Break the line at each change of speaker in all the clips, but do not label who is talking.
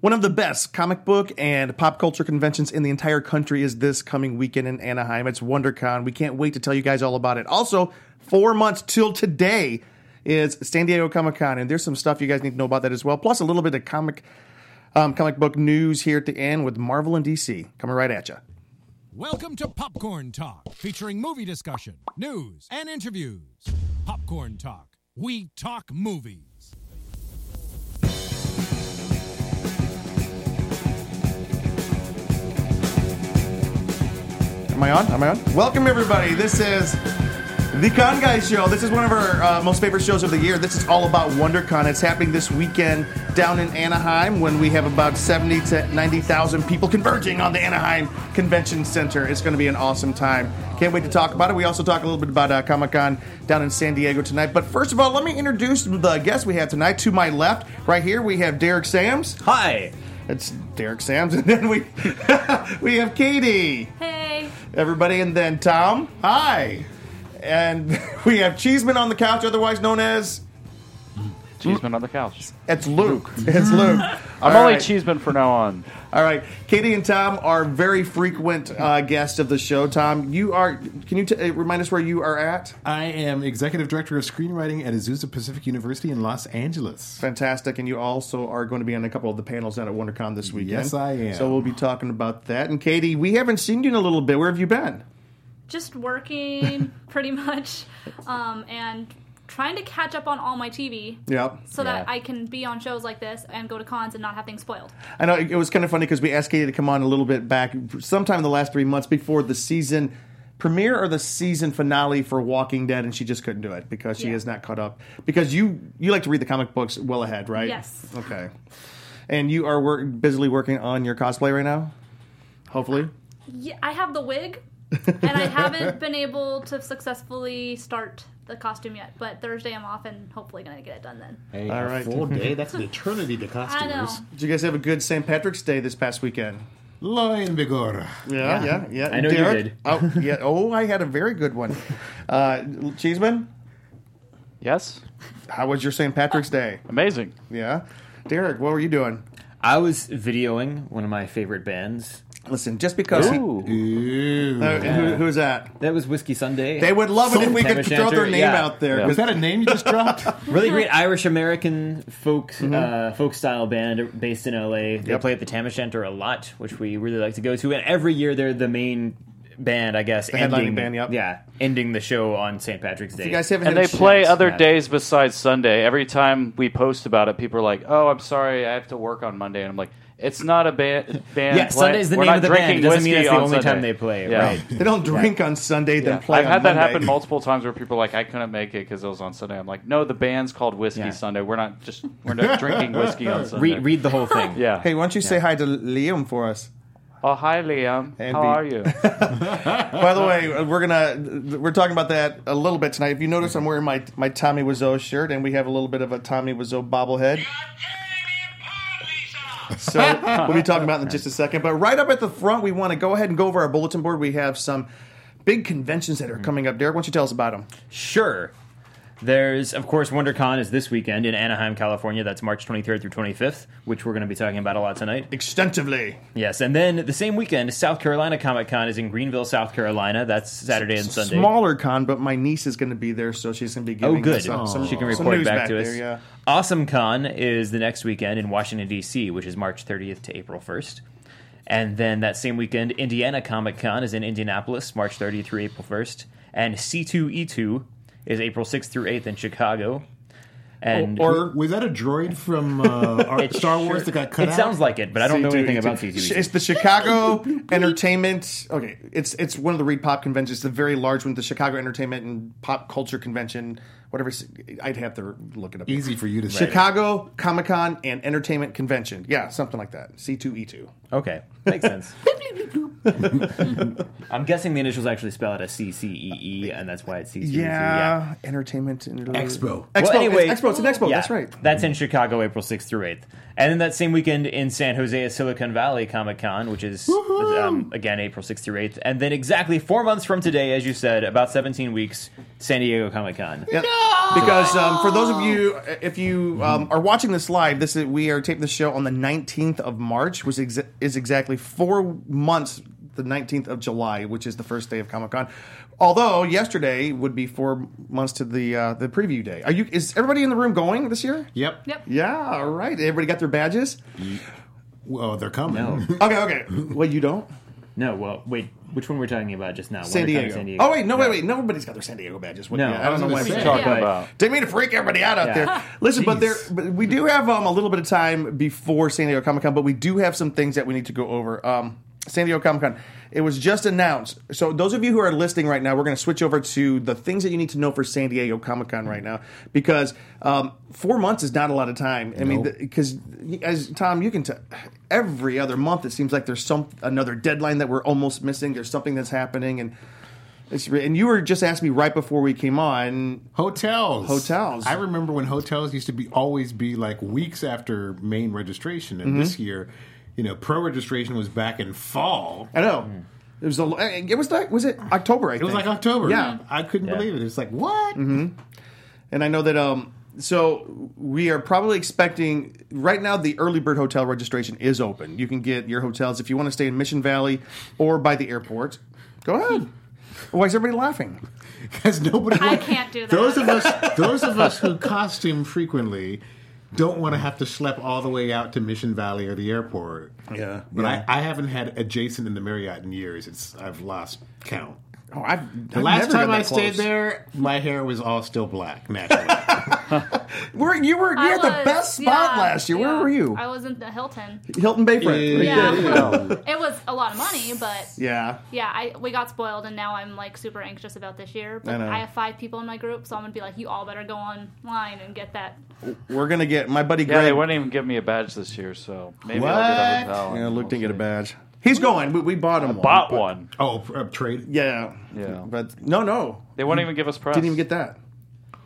One of the best comic book and pop culture conventions in the entire country is this coming weekend in Anaheim. It's WonderCon. We can't wait to tell you guys all about it. Also, four months till today is San Diego Comic Con, and there's some stuff you guys need to know about that as well. Plus, a little bit of comic um, comic book news here at the end with Marvel and DC coming right at you.
Welcome to Popcorn Talk, featuring movie discussion, news, and interviews. Popcorn Talk, we talk movies.
Am I on? Am I on? Welcome everybody. This is the Con Guy Show. This is one of our uh, most favorite shows of the year. This is all about WonderCon. It's happening this weekend down in Anaheim when we have about seventy to ninety thousand people converging on the Anaheim Convention Center. It's going to be an awesome time. Can't wait to talk about it. We also talk a little bit about uh, Comic Con down in San Diego tonight. But first of all, let me introduce the guest we have tonight. To my left, right here, we have Derek Sams.
Hi.
It's Derek Sams, and then we we have Katie
Hey.
everybody, and then Tom. Hi. And we have Cheeseman on the couch, otherwise known as
Cheeseman on the couch.
it's Luke. It's Luke.
I'm
All
only
right.
Cheeseman for now on.
All right, Katie and Tom are very frequent uh, guests of the show. Tom, you are. Can you t- uh, remind us where you are at?
I am executive director of screenwriting at Azusa Pacific University in Los Angeles.
Fantastic, and you also are going to be on a couple of the panels down at WonderCon this weekend.
Yes, I am.
So we'll be talking about that. And Katie, we haven't seen you in a little bit. Where have you been?
Just working pretty much um, and trying to catch up on all my TV
Yep.
so that
Yeah.
I can be on shows like this and go to cons and not have things spoiled.
I know it was kind of funny because we asked Katie to come on a little bit back, sometime in the last three months before the season premiere or the season finale for Walking Dead, and she just couldn't do it because she
Yeah.
is not caught up. Because you you like to read the comic books well ahead, right?
Yes.
Okay. And you are wor- busily working on your cosplay right now, hopefully.
Yeah, I have the wig and I haven't been able to successfully start the costume yet, but Thursday I'm off and hopefully going to get it done then.
Hey,
All
a
right.
full day? That's an eternity to
I know.
costumers.
Did you guys have a good St. Patrick's Day this past weekend?
Lo en vigor.
Yeah, yeah, yeah.
I know you
Derek?
did.
Oh, yeah. Oh, I had a very good one. Uh, Cheeseman,
Yes?
how was your St. Patrick's Day?
Amazing.
Yeah. Derek, what were you doing?
I was videoing one of my favorite bands.
Listen, just because. he-
Ooh.
Ew.
Uh, who, who's that?
That was Whiskey Sunday.
They would love it if we
Tam
could
O'Shanter,
throw their name
yeah.
out there.
Yeah.
'cause
Is that a name you just dropped?
Really great Irish American folk uh, folk style band based in LA. They
Mm-hmm. Yep.
play at the Tam O'Shanter a lot, which we really like to go to. And every year they're the main band, I guess.
headlining
ending,
band, yep.
Yeah, ending the show on St. Patrick's Day.
You guys haven't
And
had
they
a
play
chance.
other
Yeah.
days besides Sunday. Every time we post about it, people are like, "Oh, I'm sorry, I have to work on Monday." And I'm like, "It's not a band. band
Yeah,
play-
Sunday's the
We're
name
not
of the band.
drinking
It doesn't mean
whiskey
it's the
on
only time
Sunday."
they play,
Yeah.
right.
They don't drink on Sunday, then play
I've
on
had that
Monday.
happen multiple times where people are like, "I couldn't make it because it was on Sunday." I'm like, "No, the band's called Whiskey
Yeah.
Sunday. We're not just we're not drinking whiskey on Sunday."
Re- read the whole thing.
yeah.
Hey, why don't you say hi to Liam for us?
Oh, hi, Liam.
Hey,
How
Pete.
are you?
By the way, we're gonna we're talking about that a little bit tonight. If you notice, I'm wearing my my Tommy Wiseau shirt, and we have a little bit of a Tommy Wiseau bobblehead. So we'll be talking about it in just a second. But right up at the front, we want to go ahead and go over our bulletin board. We have some big conventions that are
Hmm.
coming up. Derek, why don't you tell us about them?
Sure. There's, of course, WonderCon is this weekend in Anaheim, California. That's March 23rd through 25th, which we're going to be talking about a lot tonight.
Extensively.
Yes, and then the same weekend, South Carolina Comic Con is in Greenville, South Carolina. That's Saturday and Sunday.
Smaller con, but my niece is going to be there, so she's going to be
oh,
giving
good.
us some, some-
she can
some
report
news
back, to us.
there, yeah.
Awesome Con is the next weekend in Washington, D.C., which is March 30th to April 1st. And then that same weekend, Indiana Comic Con is in Indianapolis, March 30th through April 1st. And C2E2 is April 6th through 8th in Chicago. And
or was that a droid from uh, our-
It
Star Wars
sure-
that got cut
It
out? E
sounds like it, but I don't know
C2E2.
anything about E
Sh- It's
C2E2.
the Chicago Entertainment. Okay, it's it's one of the Read Pop conventions, the very large one, the Chicago Entertainment and Pop Culture Convention, whatever. s- I'd have to look it up.
easy for you to say.
Chicago Comic Con and Entertainment Convention. Yeah, something like that. E
E
C2E2.
Okay, makes sense. I'm guessing the initials actually spell it as CCEE, E, and that's why it's C2E2.
Yeah, Entertainment and
Expo.
Expo.
Well, anyway-
it's Expo. It's an expo.
Yeah,
Oh, That's right.
That's in Chicago, April 6th through 8th. And then that same weekend in San Jose is Silicon Valley Comic Con, which is, um, again, April 6th through 8th. And then exactly four months from today, as you said, about 17 weeks, San Diego Comic Con.
Yeah, Because um, for those of you, if you um, are watching this live, this is, we are taping the show on the 19th of March, which exa- is exactly four months. The 19th of July, which is the first day of Comic Con. Although yesterday would be four months to the uh, the preview day. Are you? Is everybody in the room going this year?
Yep.
Yep.
Yeah. All right. Everybody got their badges.
Well, they're coming.
No.
Okay. Okay. well, you don't.
No, well, wait. Which one we're talking about just now?
San
Wonder Con,
Diego. Oh wait, no, wait, wait. Nobody's got their San Diego badges. What,
No,
yeah, I
I
don't
was
know why.
gonna
I'm
say.
saying
talking
that.
about?
Didn't mean to freak everybody out out
Yeah.
there. Listen, but there
Jeez.
but we do have um, a little bit of time before San Diego Comic Con, but we do have some things that we need to go over. Um, San Diego Comic Con. It was just announced. So those of you who are listening right now, we're going to switch over to the things that you need to know for San Diego Comic Con right now, because um, four months is not a lot of time. I mean,
Nope.
because as Tom, you can tell, every other month it seems like there's some another deadline that we're almost missing. There's something that's happening, and it's, and you were just asking me right before we came on
Hotels.
Hotels.
I remember when hotels used to be always be like weeks after main registration,
Mm-hmm.
and this year, you know, pro registration was back in fall.
I know. It was the eh, it was like was it October? I
Mm. It was like October.
Yeah. Mm-hmm.
I couldn't
Yeah.
believe it. It's like what?
and I know that um. So we are probably expecting right now. The early bird hotel registration is open. You can get your hotels if you want to stay in Mission Valley or by the airport. Go ahead.
Hmm.
Why is everybody laughing?
Because nobody.
I can't do that.
Those of us, those of us who costume frequently, don't want to have to schlep all the way out to Mission Valley or the airport.
Yeah,
But
yeah.
I, I haven't had adjacent in the Marriott in years. It's I've lost count.
Oh, I've,
The last time I stayed there, my hair was all still black naturally.
were you were you
I
had the
was-
best spot
yeah,
last year. Where
yeah.
were you?
I was in the Hilton.
Hilton Bayfront. Right
Yeah.
there.
It was a lot of money, but
yeah.
yeah, I we got spoiled, and now I'm like super anxious about this year. But
know.
I, have five people in my group, so I'm gonna be like, you all better go online and get that.
We're gonna get my buddy
Yeah,
Greg.
they wouldn't even give me a badge this year, so maybe I'll get a
What?
hotel.
yeah,
and
Luke didn't get a
we'll
badge. He's going. We, we bought him.
see. Bought
but-
one.
oh, uh, trade.
Yeah.
Yeah.
But no, no.
They won't even give us press.
Didn't even get Hmm. that.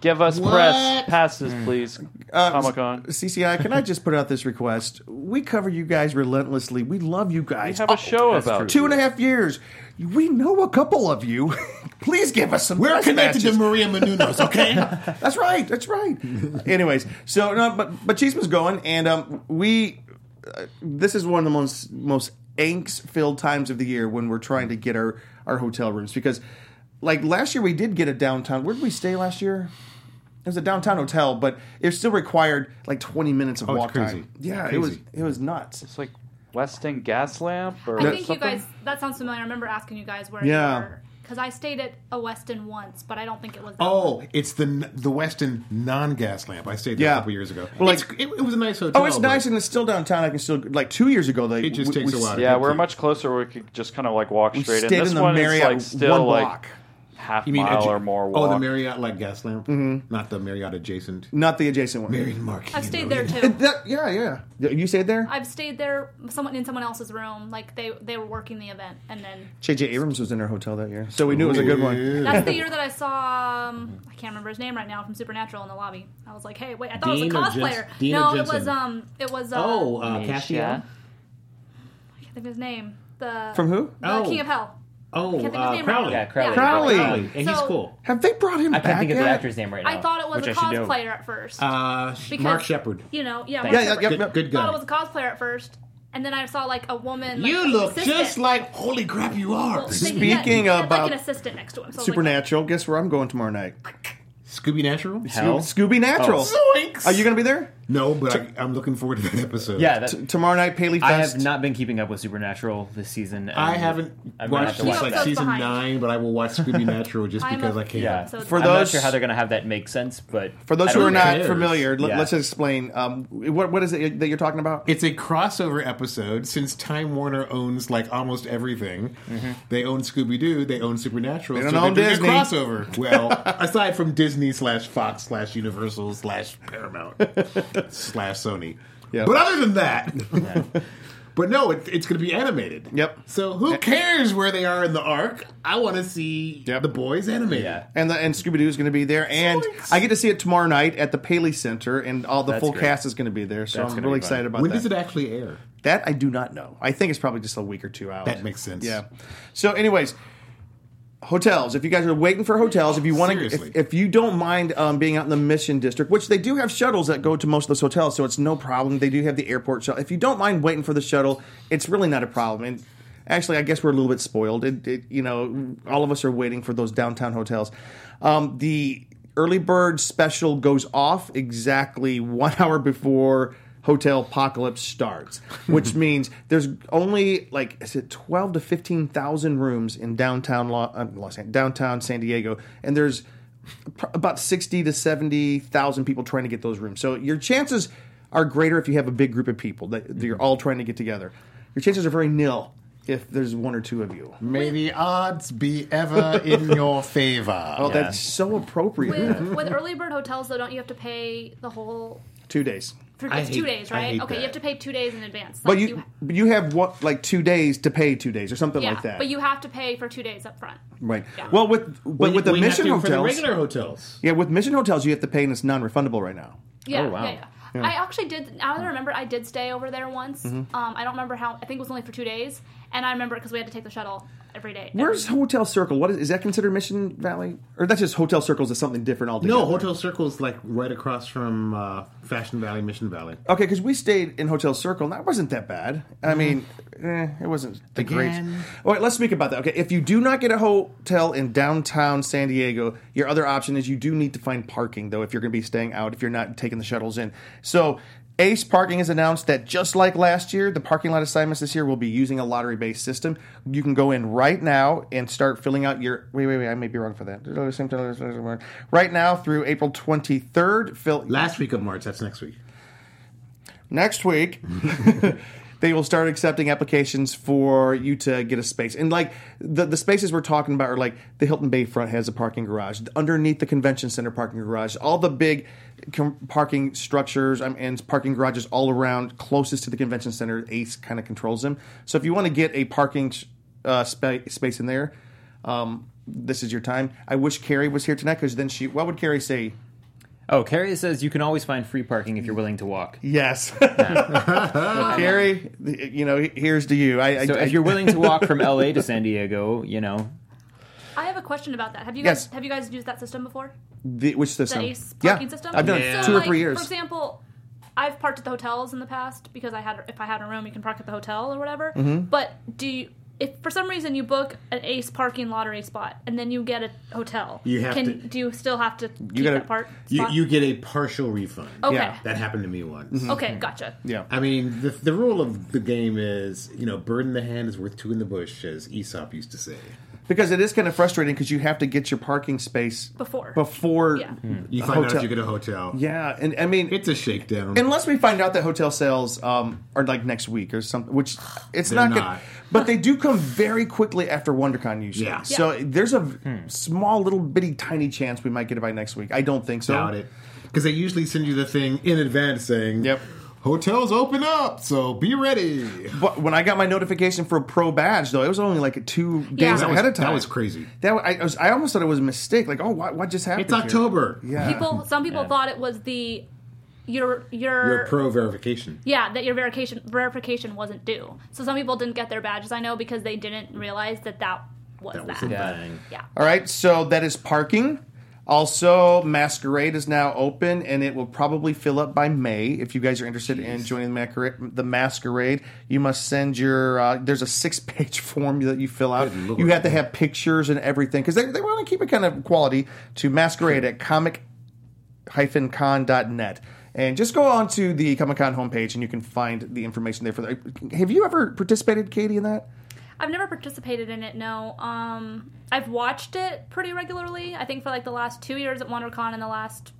Give us
What?
press passes, please. Comic Con.
CCI, can Uh, I just put out this request? We cover you guys relentlessly. We love you guys. Oh,
Have a show about it.
Two and a half years. We know a couple of you. Please give us some.
We're
press
connected to
badges.
Maria Menounos, okay?
That's right. That's right. Anyways, so no, but but Cheeseman's going, and um, we. Uh, this is one of the most most angst filled times of the year when we're trying to get our our hotel rooms because, like last year, we did get a downtown. Where did we stay last year? It was a downtown hotel, but it still required like twenty minutes of
Oh, it's
walk
crazy.
time. Yeah,
Crazy.
it was it was nuts.
It's like Weston Gas Lamp or
I think you
something.
guys. That sounds familiar. I remember asking you guys where
Yeah.
you were because I stayed at a Westin once, but I don't think it was. That
Oh, it's the the Weston non-gas lamp. I stayed there
Yeah.
a couple years ago.
Well, like-
It's- it, it was a nice hotel.
Oh, it's
but
nice and it's still downtown. I can still like two years ago. They
It just
we-
takes
we-
a while to
Yeah,
get
we're
to.
much closer. where We could just kind of like walk straight in.
stayed
This
in the
one is
Marriott
like still
one
like
block.
half
You mean
mile
adja-
or more walk.
Oh, the Marriott like gas lamp, mm-hmm. not the Marriott adjacent.
Not the adjacent one.
Married Mark.
I've stayed there too.
It- that- yeah, yeah. You stayed there.
I've stayed there, someone in someone else's room. Like they they were working the event, and then
JJ Abrams was in our hotel that year, so we knew it was a good one.
that's the year that I saw um, I can't remember his name right now from Supernatural in the lobby. I was like, hey, wait, I thought
Dean
it
or
was a
Jens-
cosplayer.
Dean
no,
or
it was
Jensen?
um, it was uh,
Oh, uh,
Yeah.
Cassiopeia?
I can't think of his name. The
From who?
The
Oh.
King of Hell.
Oh,
Can't think of his
uh,
name
Crowley.
Yeah,
right now.
Crowley.
Crowley.
Crowley. And he's
So-
cool.
Have they brought him
I
back
can't think of the
yet?
actor's name right now.
I thought it was
which
a
I should know.
cosplayer at first.
Uh,
Because-
Mark Shepard.
you know, yeah.
Yeah,
Mark
yeah,
Shepard.
yeah.
Good, good
I
guy.
thought it was a cosplayer at first, and then I saw like a woman. Like,
you look
assistant.
just like holy crap you are.
Well, so he had-
Speaking
he had,
about
like an assistant next to him. So I was like,
Supernatural. Guess where I'm going tomorrow night?
Scooby Natural.
Hell?
Scooby Natural.
Zoinks.
Are you going to be there
No, but I, I'm looking forward to that episode.
Yeah, that,
T- tomorrow night? Paley Fest.
I have not been keeping up with Supernatural this season. and
I haven't
I'm gonna
watched
have to
since
watch
like
that.
season
Behind.
nine, but I will watch Scooby Natural just
I'm
because
a-
I can.
Yeah.
So
For
I'm
I'm
those,
not sure how they're going to have that make sense, but
for those
I
who
don't
are not
cares?
familiar, let,
Yeah.
us explain. Um, what what is it that you're talking about?
It's a crossover episode since Time Warner owns like almost everything. They own Scooby Doo, they own Supernatural.
They don't
so
own
they're
Disney.
doing a crossover. Well, aside from Disney slash Fox slash Universal slash Paramount slash Sony.
Yeah.
But other than that, but no, it, it's going to be animated.
Yep.
So who cares where they are in the arc? I want to see
Yep.
the boys animated.
Yeah.
and the, and Scooby Doo is going to be there, and
Zoinks.
I get to see it tomorrow night at the Paley Center, and all the
That's
full
great.
cast is going to be there. So
That's
I'm
gonna
really
be fun.
excited about
When
that.
does it actually air?
That I do not know. I think it's probably just a week or two out.
That makes sense.
Yeah. So, anyways, hotels. If you guys are waiting for hotels, if you want to,
Seriously.
if, if you don't mind um, being out in the Mission District, which they do have shuttles that go to most of those hotels, so it's no problem. They do have the airport shuttle. If you don't mind waiting for the shuttle, it's really not a problem. And actually, I guess we're a little bit spoiled. It, it, you know, all of us are waiting for those downtown hotels. Um, the early bird special goes off exactly one hour before hotel apocalypse starts which means there's only like is it 12 to 15,000 rooms in downtown Lo- uh, Los Angeles, downtown San Diego and there's pr- about 60 to 70,000 people trying to get those rooms so your chances are greater if you have a big group of people that that
Mm-hmm.
you're all trying to get together your chances are very nil if there's one or two of you
May the odds be ever in your favor.
oh that's so appropriate Mm-hmm.
With, with early bird hotels, though, don't you have to pay the whole?
two days
Three,
I
it's two
hate-
days,
I
right?
hate
okay,
that.
you have to pay two days in advance.
but
Like,
you but you have what like two days to pay two days or something
yeah,
like that
but you have to pay for two days up front.
Right.
Yeah.
Well, with but
We-
with the
we have
mission
to
hotels,
for the regular hotels.
yeah, with mission hotels, you have to pay and it's non-refundable right now.
Yeah,
Oh, wow.
yeah, yeah. I actually did. Now that I remember, I did stay over there once. Um, I don't remember how. I think it was only for two days, and I remember because we had to take the shuttle every day.
Where's Hotel Circle? What is, is that considered Mission Valley, or that's just Hotel Circles is something different altogether?
No, Hotel Circle is like right across from uh, Fashion Valley, Mission Valley.
Okay, because we stayed in Hotel Circle, and that wasn't that bad. I mean, eh, it wasn't the great.
Again.
All right, let's speak about that. Okay, if you do not get a hotel in downtown San Diego, your other option is you do need to find parking, though, if you're going to be staying out, if you're not taking the shuttles in. So, Ace Parking has announced that just like last year, the parking lot assignments this year will be using a lottery based system. You can go in right now and start filling out your. Wait, wait, wait, I may be wrong for that. Right now through April 23rd, fill.
Last week of March, that's next week.
next week they will start accepting applications for you to get a space and like the, the spaces we're talking about are like the hilton bayfront has a parking garage underneath the convention center parking garage all the big com- parking structures um, and parking garages all around closest to the convention center ace kind of controls them so if you want to get a parking sh- uh, spa- space in there um, this is your time i wish carrie was here tonight because then she what would carrie say
Oh, Carrie says you can always find free parking if you're willing to walk.
yes carrie you know here's to you i, I-
So
I-
if you're willing to walk from LA to San Diego, you know,
I have a question about that. Have you
Yes.
guys have you guys used that system before?
The, which system?
The ACE parking system.
I've done
Yeah.
it
So,
two or
like,
three years.
For example, I've parked at the hotels in the past because I had if I had a room, you can park at the hotel or whatever. But do you? If for some reason you book an Ace parking lottery spot and then you get a hotel,
You have
can
to-
do you still have to keep
gotta-
that part?
You,
spot?
you get a partial refund.
okay, Mm-hmm.
yeah,
That happened to me once.
okay, gotcha.
yeah.
I mean, the, the rule of the game is, you know, bird in the hand is worth two in the bush, as Aesop used to say.
Because it is kind of frustrating because you have to get your parking space
Before.
Before.
Yeah.
You find out
hotel-
if you get a hotel.
Yeah, and I mean,
It's a shakedown.
unless we find out that hotel sales um, are like next week or something, which it's
They're
not,
not.
good. But they do come very quickly after WonderCon usually.
Yeah. Hmm.
So there's a small, little, bitty, tiny chance we might get it by next week. I don't think so.
Doubt it. Because they usually send you the thing in advance saying,
Yep.
hotels open up, so be ready.
But when I got my notification for a pro badge, though, it was only like two days
That
ahead
was-
of time.
that was crazy.
That wa- I, was, I almost thought it was a mistake. Like, oh, what, what just happened?
It's
here?
October.
Yeah.
People, some people thought it was the your your,
Your pro verification.
yeah that your verification verification wasn't due. So some people didn't get their badges. I know because they didn't realize that that was
That
that.
was a
Yeah.
thing.
yeah.
All right, so that is parking. Also, Masquerade is now open, and it will probably fill up by May. If you guys are interested in joining the masquerade, the masquerade, you must send your. Uh, there's a six-page form that you fill out.
Good lord.
You have to have pictures and everything because they, they want to keep it kind of quality. To Masquerade at Comic con.net. And just go on to the Comic Con homepage and you can find the information there for that. Have you ever participated, Katie, in that?
I've never participated in it. No, um, I've watched it pretty regularly. I think for like the last two years at WonderCon and the last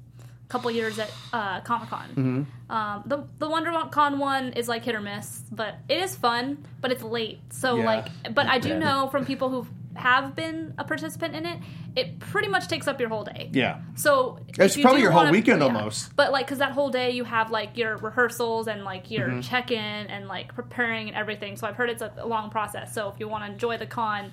couple years at uh, Comic Con.
Mm-hmm.
Um, the the WonderCon one is like hit or miss, but it is fun. But it's late, so
Yeah.
like. But I do
Yeah.
know from people who have been a participant in it, it pretty much takes up your whole day.
Yeah.
So
It's
if you
probably
do
your whole
wanna-
weekend almost.
But like, because that whole day you have like your rehearsals and like your
Mm-hmm.
check-in and like preparing and everything. So I've heard it's a, a long process. So if you want to enjoy the con,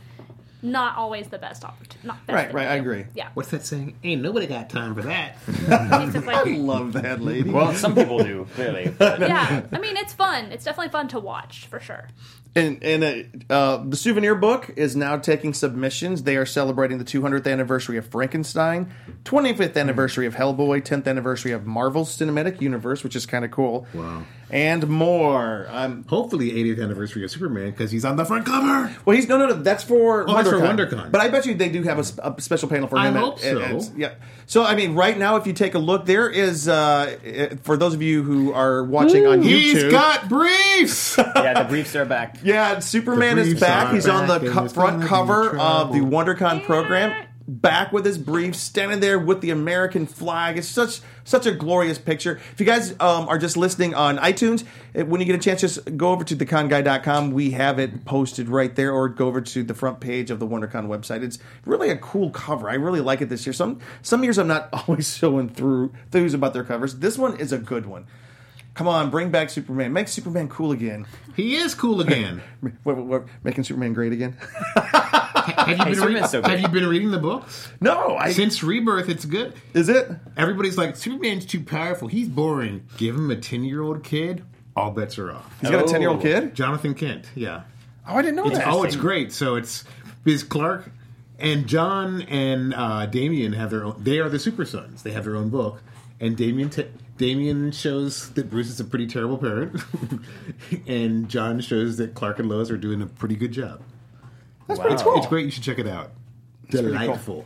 not always the best opportunity. Not best
Right, right, I
venue.
agree.
Yeah,
What's that saying? Ain't nobody got time for that.
I
basically.
love that lady.
Well, some people do clearly. But
yeah, I mean it's fun. It's definitely fun to watch for sure.
And and uh, uh, the souvenir book is now taking submissions. They are celebrating the 200th anniversary of Frankenstein, 25th anniversary of Hellboy, 10th anniversary of Marvel's Cinematic Universe, which is kind of cool.
Wow.
And more. Um,
Hopefully, 80th anniversary of Superman because he's on the front cover.
well, he's no, no, no. That's for
Oh, that's for WonderCon.
But I bet you they do have a, sp- a special panel for
I
him.
hope so.
yeah. So I mean, right now, if you take a look, there is uh, eh, for those of you who are watching on YouTube.
He's got briefs.
yeah, the briefs are back.
Yeah, Superman
The
is
briefs
back.
are
He's on the
back and
co-
it's
front
gonna be
cover of the
trouble.
WonderCon program, back with his briefs, standing there with the American flag. It's such such a glorious picture. If you guys um, are just listening on iTunes, eh, when you get a chance, just go over to theconguy.com. We have it posted right there, or go over to the front page of the WonderCon website. It's really a cool cover. I really like it this year. Some some years I'm not always showing through enthused about their covers. This one is a good one. Come on, bring back Superman. Make Superman cool again.
he is cool again.
What, what, what, making Superman great again?
Have you, been reading,
Superman's so good.
have you been reading the books?
no, I
Since Rebirth, it's good.
is it?
Everybody's like, Superman's too powerful. He's boring. Give him a 10 year old kid, all bets are off.
He's got a
Oh.
ten year old kid.
Jonathan Kent, yeah.
Oh, I didn't know that.
Oh, it's great. So it's Biz Clark and John and uh, Damien have their own. They are the Super Sons. They have their own book, and Damien t- Damien shows that Bruce is a pretty terrible parent, and John shows that Clark and Lois are doing a pretty good job.
That's
Wow.
pretty cool.
It's great. You should check it out.
pretty cool.
Delightful.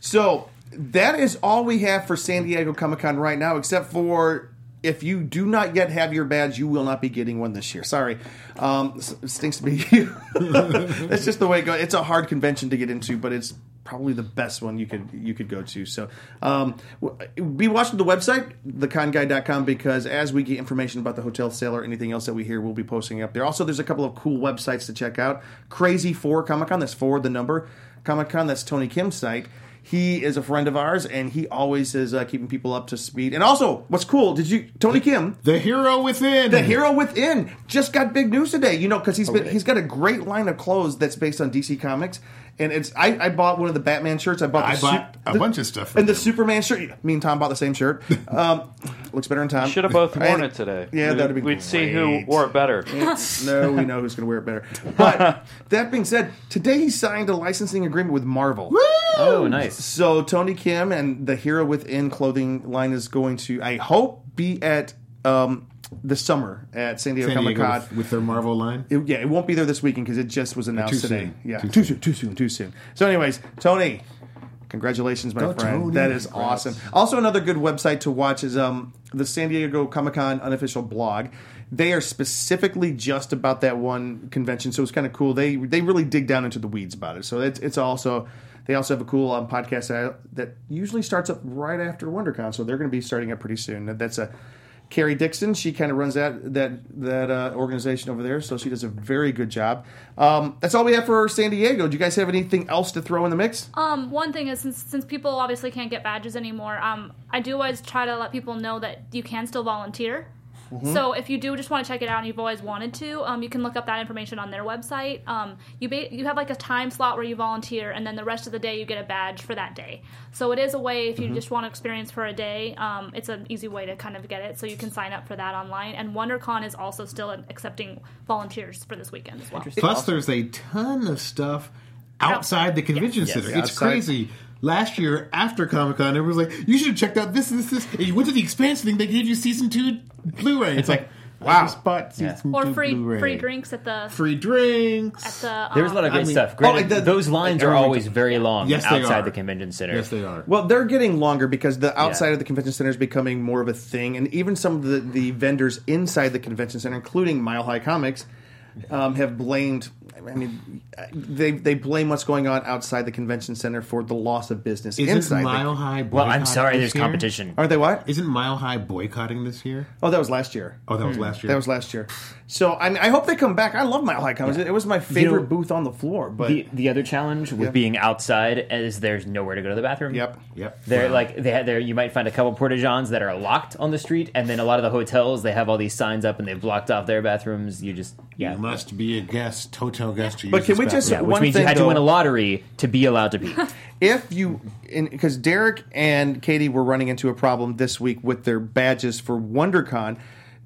So that is all we have for San Diego Comic Con right now, except for if you do not yet have your badge, you will not be getting one this year. Sorry, um, s- it stinks to be you. That's just the way it goes. It's a hard convention to get into, but it's probably the best one you could you could go to. So um, w- be watching the website theconguy.com because as we get information about the hotel sale or anything else that we hear, we'll be posting up there. Also, there's a couple of cool websites to check out. Crazy Four Comic Con. That's four the number. Comic Con. That's Tony Kim's site. He is a friend of ours, and he always is uh, keeping people up to speed. And also, what's cool? Did you Tony Kim?
The Hero Within.
The Hero Within just got big news today. You know, because
Oh,
he's been he's got a great line of clothes that's based on DC Comics, and it's I, I bought one of the Batman shirts. I bought the
I bought a
the-
bunch of stuff. from
and the
them.
Superman shirt. Me and Tom bought the same shirt. Um, looks better in Tom.
Should have both worn
I-
it today.
Yeah,
We'd-
that'd be.
We'd see who
great.
wore it better.
no, we know who's going to wear it better. But that being said, today he signed a licensing agreement with Marvel.
Oh, nice.
So Tony Kim and the Hero Within clothing line is going to, I hope, be at um, the summer at San Diego
San
Comic
Diego
Con.
with, with their Marvel line.
It- yeah, it won't be there this weekend because it just was announced
Too
today.
soon.
Yeah,
Too
too soon. too soon, too soon. So, anyways, Tony, congratulations, my
Go,
friend.
Tony.
That is
Congrats.
awesome. Also, another good website to watch is um, the San Diego Comic Con unofficial blog. They are specifically just about that one convention, so it's kind of cool. They they really dig down into the weeds about it. So it's it's also. They also have a cool um, podcast that, I- that usually starts up right after WonderCon, so they're going to be starting up pretty soon. That's a Carrie Dixon, she kind of runs that that that uh, organization over there, so she does a very good job. Um, that's all we have for San Diego. Do you guys have anything else to throw in the mix?
Um, one thing is since since people obviously can't get badges anymore, um, I do always try to let people know that you can still volunteer. So if you do just want to check it out and you've always wanted to, um, you can look up that information on their website. Um, you ba- you have like a time slot where you volunteer, and then the rest of the day you get a badge for that day. So it is a way if you just want to experience for a day, um, it's an easy way to kind of get it. So you can sign up for that online. And WonderCon is also still accepting volunteers for this weekend as well.
Plus, there's a ton of stuff outside the convention center.
Yes,
it's
outside.
crazy. Last year, after Comic Con, everyone was like, "You should have checked out this, this, this." And you went to the expansion thing; they gave you season two Blu-ray. It's like, wow, I just bought season
Or
two
free
Blu-ray.
free drinks at the
free drinks.
at the
There was a
um,
lot of
I
great
mean-
stuff.
Oh,
Great,
like the-
those lines
like
are
every-
always very long
Yes, they are.
outside the convention center.
yes, they are.
Well, they're getting longer because the outside of the convention center is becoming more of a thing, and even some of the, the vendors inside the convention center, including Mile High Comics, um, have blamed. I mean, they they blame what's going on outside the convention center for the loss of business
Isn't
inside. the-
Mile High?
Well, I'm
boycotting
sorry,
this
there's
year?
competition.
Aren't they what?
Isn't Mile High boycotting this year?
Oh, that was last year.
Oh, that was last year.
That was last year. So I mean, I hope they come back. I love Mile High Comics. It was my favorite
know,
booth on the floor. But
The, the other challenge with
Yeah.
being outside is there's nowhere to go to the bathroom.
yep,
Yep.
They're
Wow.
like they had there. You might find a couple porta johns that are locked on the street, and then a lot of the hotels they have all these signs up and they've blocked off their bathrooms. You just yeah,
You must be a guest. Toto tell guests to use
But can
this
we just-
bathroom.
Yeah, which
One
means you
thing,
had to win a
though-
lottery to be allowed to be.
if you because derek and katie were running into a problem this week with their badges for wondercon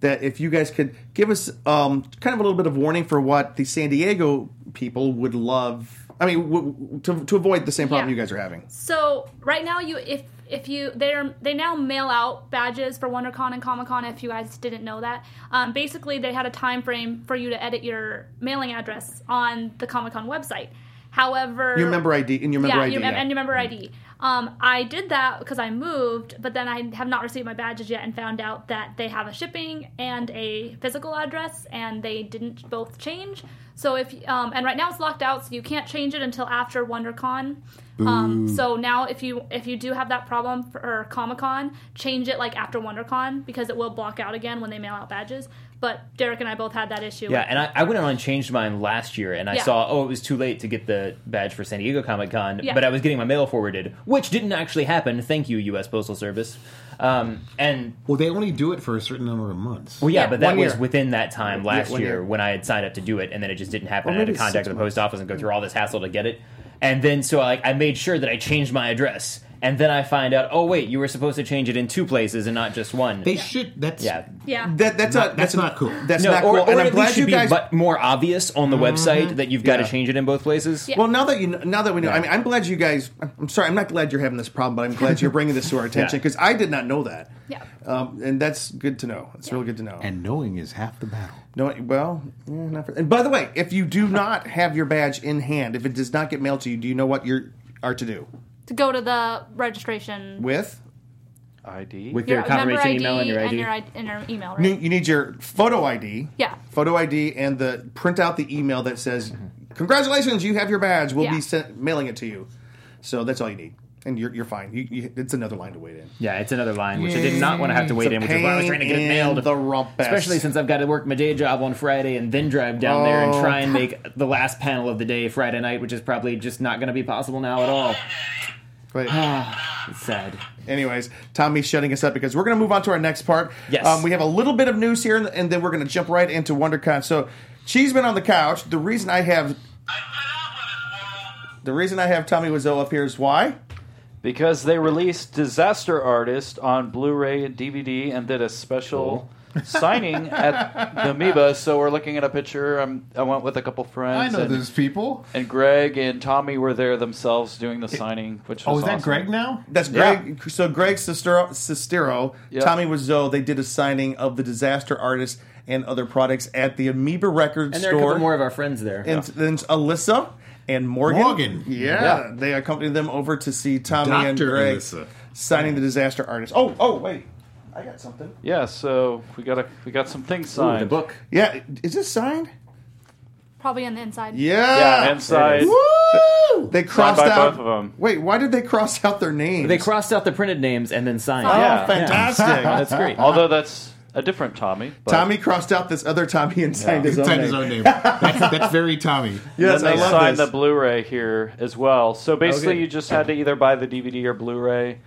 that if you guys could give us um, kind of a little bit of warning for what the san diego people would love i mean w- w- to, to avoid the same problem
Yeah.
you guys are having
So right now, you if if you they're they now mail out badges for WonderCon and Comic Con. If you guys didn't know that, um, basically they had a time frame for you to edit your mailing address on the Comic Con website. However,
your member id and your member
yeah,
id
your,
yeah.
and your member ID. Um, I did that because I moved, but then I have not received my badges yet, and found out that they have a shipping and a physical address, and they didn't both change. So if um, and right now it's locked out, so you can't change it until after WonderCon. Um, so now if you if you do have that problem for Comic Con, change it like after WonderCon because it will block out again when they mail out badges. But Derek and I both had that issue.
Yeah, and I, I went on and changed mine last year, and I
Yeah.
saw, oh, it was too late to get the badge for San Diego Comic Con,
Yeah.
but I was getting my mail forwarded, which didn't actually happen. Thank you, U.S. Postal Service. Um, and
Well, they only do it for a certain number of months.
well, yeah,
Yeah,
but that
one
was
year.
within that time last
one
year,
year.
when I had signed up to do it, and then it just didn't happen. and I had
maybe
to
six
contact the
months.
post office and go through all this hassle to get it, and then so like I made sure that I changed my address, and then I find out, oh wait, you were supposed to change it in two places and not just one.
They should. That's
yeah.
yeah.
that, that's,
Not-
a,
that's not cool.
that's
No,
not
or,
cool
or
and
at
i'm
least
glad
should
you
be
guys Mm-hmm.
but more obvious on the website that you've got
Yeah.
to change it in both places.
Yeah.
Well, now that you know, now that we know, I mean, I'm glad you guys. I'm sorry, I'm not glad you're having this problem, but I'm glad you're bringing this to our attention
Yeah.
because I did not know that.
Yeah.
um, and that's good to know. It's real good to know.
And knowing is half the battle.
no, well, yeah, not for, and by the way, if you do not have your badge in hand, if it does not get mailed to you, do you know what you are to do
To go to the registration
with?
ID.
With your
member
confirmation email and your ID.
and your, ID- and your email, right?
You you need your photo ID.
Yeah.
photo ID and the print out the email that says, "Congratulations, you have your badge. We'll
Yeah.
be sent, mailing it to you." So that's all you need, and you're you're fine. You, you, it's another line to wait in.
Yeah, it's another line, which I did not want to have to wait
a
in, which is why I was
pain
trying to get
in
it mailed.
the rumpus.
Especially since I've got to work my day job on Friday and then drive down there and
Oh.
try and make the last panel of the day Friday night, which is probably just not going to be possible now at all.
Wait.
It's sad.
Anyways, Tommy's shutting us up because we're going to move on to our next part.
Yes.
Um, we have a little bit of news here, and, and then we're going to jump right into WonderCon. So, Cheeseman on the couch. The reason I have the reason I have Tommy Wiseau up here is why.
Because they released Disaster Artist on Blu-ray and DVD and did a special signing at the Amoeba. So we're looking at a picture. I'm, I went with a couple
I
friends.
know
and,
those people.
and Greg and Tommy were there themselves doing the signing, which was
Oh, is that
awesome.
Greg now?
That's
Yeah.
Greg. So Greg Sestero, Sestero
Yeah.
Tommy Wiseau. They did a signing of the Disaster Artist and other products at the Amoeba Records
And there are a
store.
couple more of our friends there.
and then Alyssa and Morgan.
Morgan.
Yeah,
Yeah.
they accompanied them over to see Tommy and
Dr.
Greg
Alyssa.
signing the disaster artist. Oh, oh, wait. I got something.
Yeah, so we got a we got some things
Ooh,
signed.
the book.
Yeah, is this signed?
Probably on the inside.
Yeah.
Yeah, inside.
Woo! They crossed
by
out
both of 'em.
Wait, why did they cross out their names?
They crossed out the printed names and then signed.
Oh,
Yeah.
fantastic.
That's great.
Although that's a different Tommy. But
Tommy crossed out this other Tommy and signed his own
Inside
name.
his own name. That's, that's very Tommy.
Yes,
then
I
they
love
signed
this.
the Blu-ray here as well. So basically,
Okay.
you just had to either buy the DVD or Blu-ray,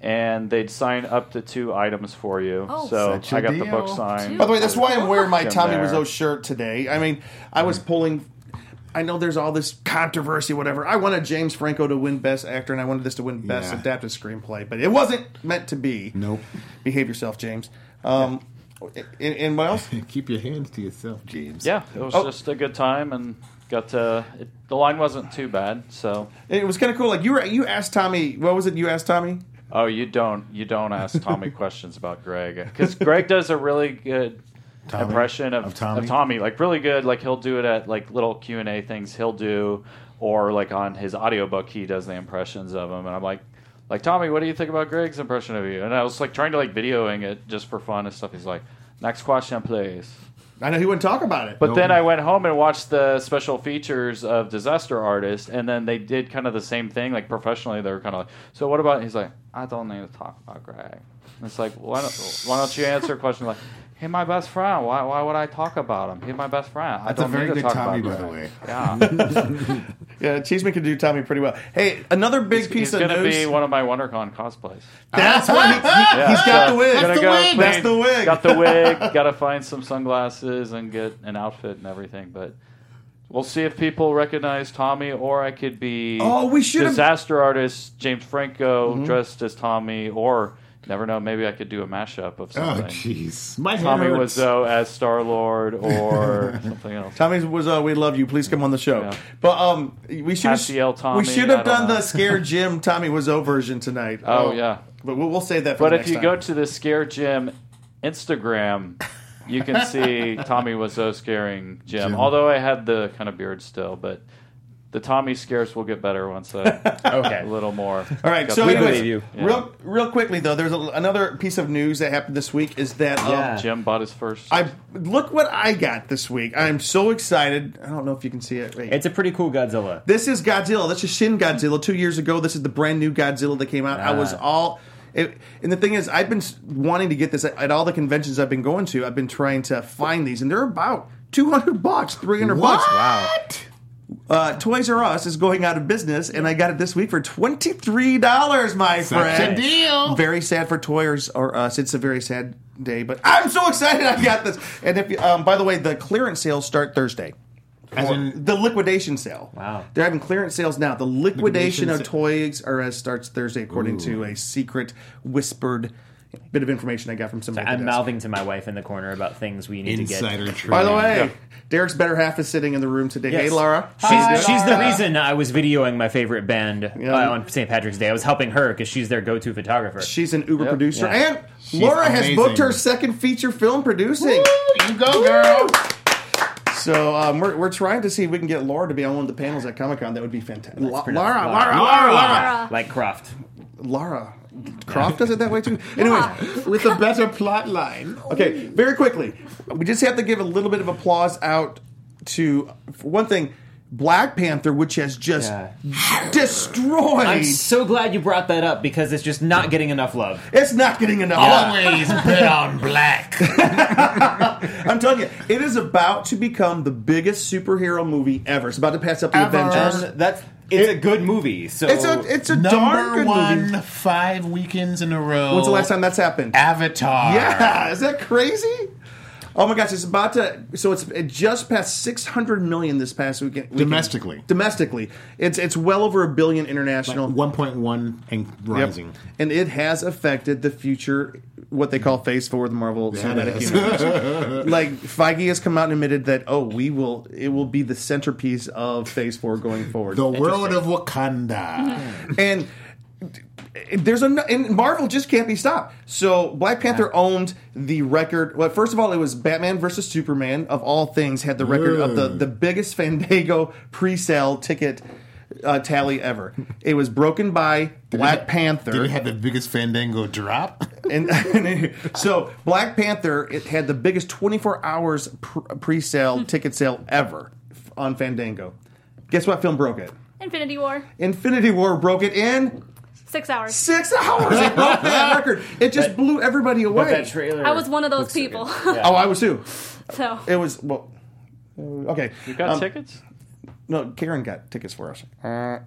and they'd sign up to two items for you.
Oh.
so
Such a
I got the book
deal.
signed.
By the way, that's why I'm wearing my
Jim
Tommy
there.
Wiseau shirt today. I mean, I was pulling. I know there's all this controversy, whatever. I wanted James Franco to win Best Actor, and I wanted this to win Best
Yeah.
Adapted Screenplay, but it wasn't meant to be.
Nope.
Behave yourself, James. Um, and, and what else?
Keep your hands to yourself, James.
Yeah, it was
Oh.
just a good time and got to. It, the line wasn't too bad. So
It was kind of cool. Like you were, you asked Tommy. What was it? You asked Tommy.
oh, you don't you don't ask Tommy questions about Greg because Greg does a really good.
Tommy?
impression of,
Of Tommy?
of Tommy, like really good. Like he'll do it at like little Q and A things he'll do, or like on his audiobook he does the impressions of him. And I'm like, like Tommy, what do you think about Greg's impression of you? And I was like trying to like videoing it just for fun and stuff. He's like, next question, please.
I know he wouldn't talk about it.
But
Nope.
then I went home and watched the special features of Disaster Artist, and then they did kind of the same thing. Like professionally, they were kind of like, "So what about?" He's like, "I don't need to talk about Greg." And it's like, why don't why don't you answer a question like, "He's my best friend. Why why would I talk about him? He's my best friend. I
That's a
don't
very
need to
good
talk
Tommy, by
about
the
Greg."
way.
Yeah,
yeah, Cheeseman could do Tommy pretty well. Hey, another big piece
he's
of
gonna
news.
be one of my WonderCon cosplays.
That's what he, he,
Yeah,
has got
so
the wig.
gonna
That's the
go
wig.
clean-
That's the wig.
Got the wig. got to find some sunglasses and get an outfit and everything. But We'll see if people recognize Tommy, or I could be
Oh, we should've-
disaster artist James Franco
Mm-hmm.
dressed as Tommy, or never know, maybe I could do a mashup of
Oh,
something.
jeez. My head
Tommy uh,
hurts.
Wiseau as Star Lord, or something else.
Tommy was uh, we love you. Please come on the show.
Yeah.
But um, we should
Castiel Tommy,
we should
I
have done
don't know.
the scare Jim Tommy Wiseau version tonight. Um,
Oh, yeah.
but we'll, we'll save that. for
But
the
if
next
you
time.
go to the Scare Jim Instagram, you can see Tommy was so scaring Jim.
Jim.
Although I had the kind of beard still, but the Tommy scares will get better once I a
Okay.
little more.
All right. So,
Got the-
anyways,
believe you.
real real quickly though, there's a, another piece of news that happened this week is that um,
Yeah.
Jim bought his first.
I look what I got this week. I'm so excited. I don't know if you can see it. Wait.
It's a pretty cool Godzilla.
this is Godzilla. This is Shin Godzilla. Two years ago, this is the brand new Godzilla that came out. I was
Ah.
all. It, and the thing is, I've been s- wanting to get this at, at all the conventions I've been going to. I've been trying to find these, and they're about two hundred bucks, three hundred bucks. Uh, Toys R Us is going out of business, and I got it this week for twenty three dollars, my
Such
friend.
a deal.
Very sad for Toyers or Us. It's a very sad day, but I'm so excited I got this. And if you, um, by the way, the clearance sales start Thursday.
As in,
The liquidation sale.
Wow.
They're having clearance sales now. The liquidation,
Liquidation
of
sa-
Toys R Us starts Thursday, according to a secret whispered bit of information I got from somebody. at
I'm
the desk.
mouthing to my wife in the corner about things we need
insider
to
trading.
By the way, Derek's better half is sitting in the room today.
get.
Hey,
Yes.
Laura.
She's,
How you
she's
doing?
the reason I was videoing my favorite band
Yeah.
uh, on St. Patrick's Day. I was helping her because she's their go-to photographer.
She's an Uber
Yep.
producer,
Yeah.
and Laura has
amazing.
booked her second feature film producing.
you go, girl.
So um, we're, we're trying to see if we can get Laura to be on one of the panels at Comic Con. That would be fantastic. La- Laura,
pretty-
Laura, Laura,
Laura.
Laura, Laura,
Laura.
like Croft.
Croft does it that way too. Anyways,
With a better plot line.
Okay, very quickly, we just have to give a little bit of applause out to for one thing, Black Panther, which has just destroyed.
I'm so glad you brought that up because it's just not getting enough love.
it's not getting enough. love.
Always put on black.
Um, I'm telling you, it is about to become the biggest superhero movie ever. It's about to pass up the
Ever.
Avengers.
And that's it's a good movie. So
It's a it's a darn
Number
good
one,
movie.
five weekends in a row.
When's the last time that's happened?
Avatar.
Yeah, is that crazy? Oh my gosh, it's about to. So it's it just passed 600 million this past weekend. weekend.
Domestically.
domestically, it's it's well over a billion international.
1.1 and
Yep.
rising.
And it has affected the future, what they call phase four of the Marvel Cinematic
Yes.
Universe. like Feige has come out and admitted that oh, we will it will be the centerpiece of phase four going forward.
the world of Wakanda.
and there's a and Marvel just can't be stopped. So Black Panther owned the record. Well, first of all, it was Batman versus Superman of all things had the record of the
Mm.
the biggest Fandango pre-sale ticket uh, tally ever. It was broken by Black Panther.
Did it have the biggest Fandango drop?
and, and so Black Panther it had the biggest 24 hours pr- pre-sale ticket sale ever f- on Fandango. Guess what film broke it?
Infinity War,
Infinity War broke it in
six hours.
six hours. It broke that record. It just blew everybody
but that
away.
trailer.
I was one of those
looks so
people.
good. Yeah.
oh, I was too.
So
It was well. uh, Okay.
you got
Um,
tickets?
No, Karen got tickets for us. Uh,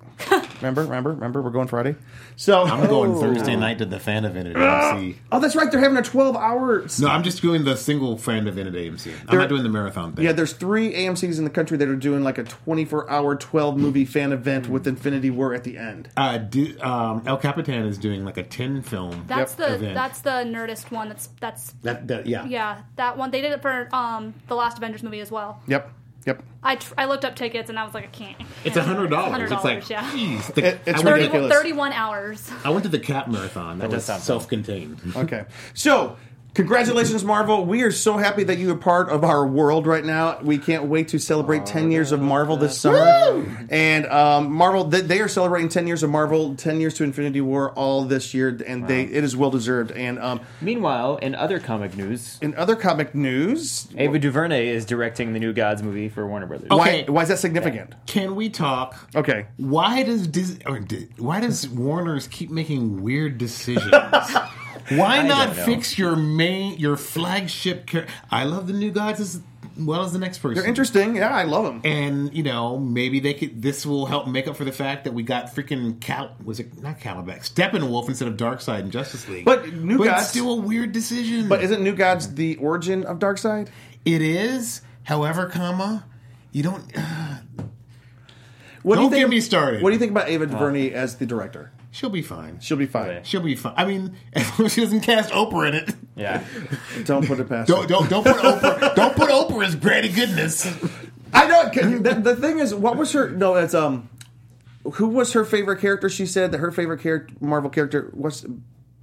remember, remember, remember. We're going Friday. So
I'm going Thursday night to the fan event at AMC.
Oh, that's right. They're having a 12 hour
No, I'm just doing the single fan event at AMC. I'm
There-
not doing the marathon thing.
Yeah, there's three AMC's in the country that are doing like a 24 hour, 12 movie fan event with Infinity War at the end.
uh, do, um, El Capitan is doing like a 10 film.
that's the
event.
that's the nerdest one. That's that's
That, that, yeah.
yeah that one. They did it for um the last Avengers movie as well.
Yep. Yep.
I tr- I looked up tickets and I was like I can't. I can't.
It's a hundred dollars. It's like,
$100, yeah.
geez, the-
It- it's
I, went to,
ridiculous.
31, 31 hours.
I went to the cat marathon. That,
does
was
sound fun.
self-contained.
Okay. So, congratulations, Marvel. We are so happy that you are part of our world right now. We can't wait to celebrate 10 years of Marvel this summer. And um, Marvel, they, they are celebrating 10 years of Marvel, 10 years to Infinity War all this year, and they it is well deserved. And um,
Meanwhile, in other comic news,
in other comic news,
Ava DuVernay is directing the new Gods movie for Warner Brothers.
why,
Okay.
why is that significant?
Can we talk?
Okay.
Why does Disney, or Di- why does Warner's keep making weird decisions? why not
know.
fix your main your flagship character? I love the new gods as well as the next person.
They're interesting. Yeah, I love them.
And you know maybe they could. This will help make up for the fact that we got freaking Cal. Was it not Calabac? Steppenwolf instead of Darkseid in Justice League.
But New
it's
Gods-
still a weird decision.
But isn't New Gods the origin of Darkseid?
It is, however, comma, you don't.
What do
Don't
you think,
get me started.
What do you think about Ava DuVernay as the director?
She'll be fine.
She'll
She'll,
be fine.
Okay.
she'll be fine. I mean, as long as she doesn't cast Oprah in it.
Yeah.
Don't put it past. her.
Don't don't don't put Oprah. don't put Oprah as Granny Goodness.
I know. 'cause The, the thing is, what was her? No, that's um. Who was her favorite character? She said that her favorite character, Marvel character, was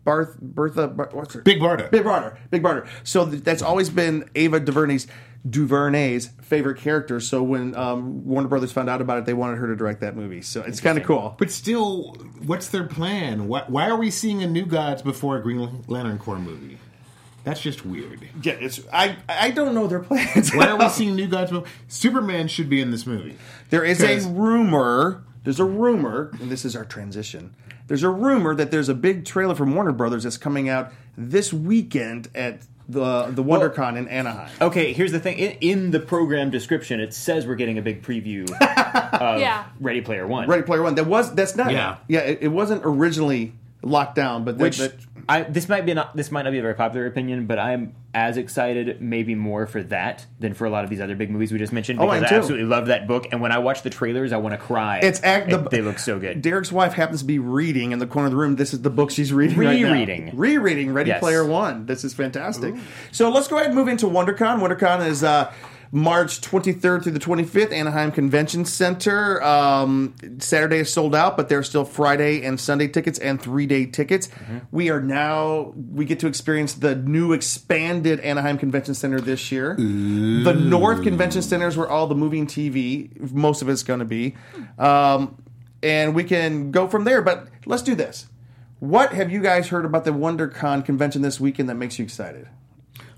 Barth Bertha. Bar- what's her?
Big Barda.
Big Barter. Big Barter. So th- that's always been Ava DuVernay's DuVernay's favorite character. So when um, Warner Brothers found out about it, they wanted her to direct that movie. So it's kind of cool.
But still, what's their plan? Why, why are we seeing a New Gods before a Green Lantern Corps movie? That's just weird.
Yeah, it's I I don't know their plans.
Why are we seeing New Gods? before Superman should be in this movie.
There is a
'Cause-
rumor. There's a rumor, and this is our transition. There's a rumor that there's a big trailer from Warner Brothers that's coming out this weekend at the the WonderCon in Anaheim.
Okay, here's the thing. In, in the program description, it says we're getting a big preview
yeah.
Ready Player One.
Ready Player One. That was that's not.
Yeah.
yeah. It, it wasn't originally locked down, but that,
Which
that-
I this might be not this might not be a very popular opinion, but I'm as excited, maybe more for that than for a lot of these other big movies we just mentioned.
Oh,
Because
I am
I
too.
absolutely love that book, and when I watch the trailers, I want to cry.
it's act, the,
It- they look so good.
Derek's wife happens to be reading in the corner of the room. This is the book she's reading. right now.
Rereading.
rereading Ready
Yes.
Player One. This is fantastic. So let's go ahead and move into WonderCon. WonderCon is uh, March 23rd through the 25th, Anaheim Convention Center. Um, Saturday is sold out, but there are still Friday and Sunday tickets and three day tickets. We are now we get to experience the new expanded Anaheim Convention Center this year. The North Convention Center is where all the movie and TV, most of it's going to be. Um, and we can go from there. But let's do this. What have you guys heard about the WonderCon convention this weekend that makes you excited?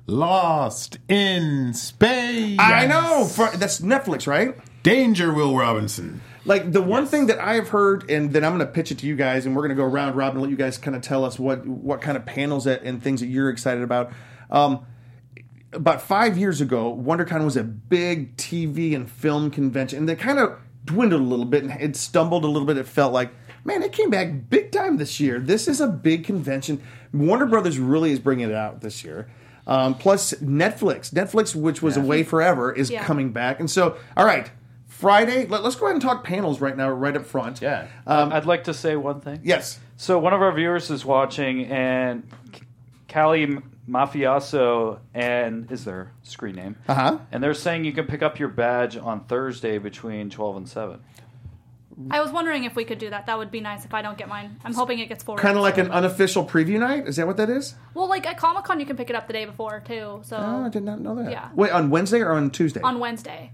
Lost in space.
I know fr- that's Netflix, right?
Danger, Will Robinson.
Like the one thing that I have heard, and then I'm going to pitch it to you guys, and we're going to go around Rob and let you guys kind of tell us what what kind of panels that, and things that you're excited about. Um, about five years ago, WonderCon was a big TV and film convention, and they kind of dwindled a little bit and it stumbled a little bit. It felt like, man, it came back big time this year. This is a big convention. Warner Brothers really is bringing it out this year. Um, plus Netflix, Netflix, which was away forever, is
Yeah.
coming back. And so, all right, Friday. Let, us go ahead and talk panels right now, right up front.
yeah.
um,
I'd like to say one thing.
Yes.
So one of our viewers is watching, and C- Cali Mafioso, and is their screen name? Uh
Uh-huh.
And they're saying you can pick up your badge on Thursday between twelve and seven.
I was wondering if we could do that. That would be nice if I don't get mine. I'm hoping it gets forwarded.
Kind of like an unofficial preview night. Is that what that is?
Well, like at Comic Con, you can pick it up the day before too. So
Oh, I did not know that.
Yeah.
Wait, on Wednesday or on Tuesday?
on Wednesday.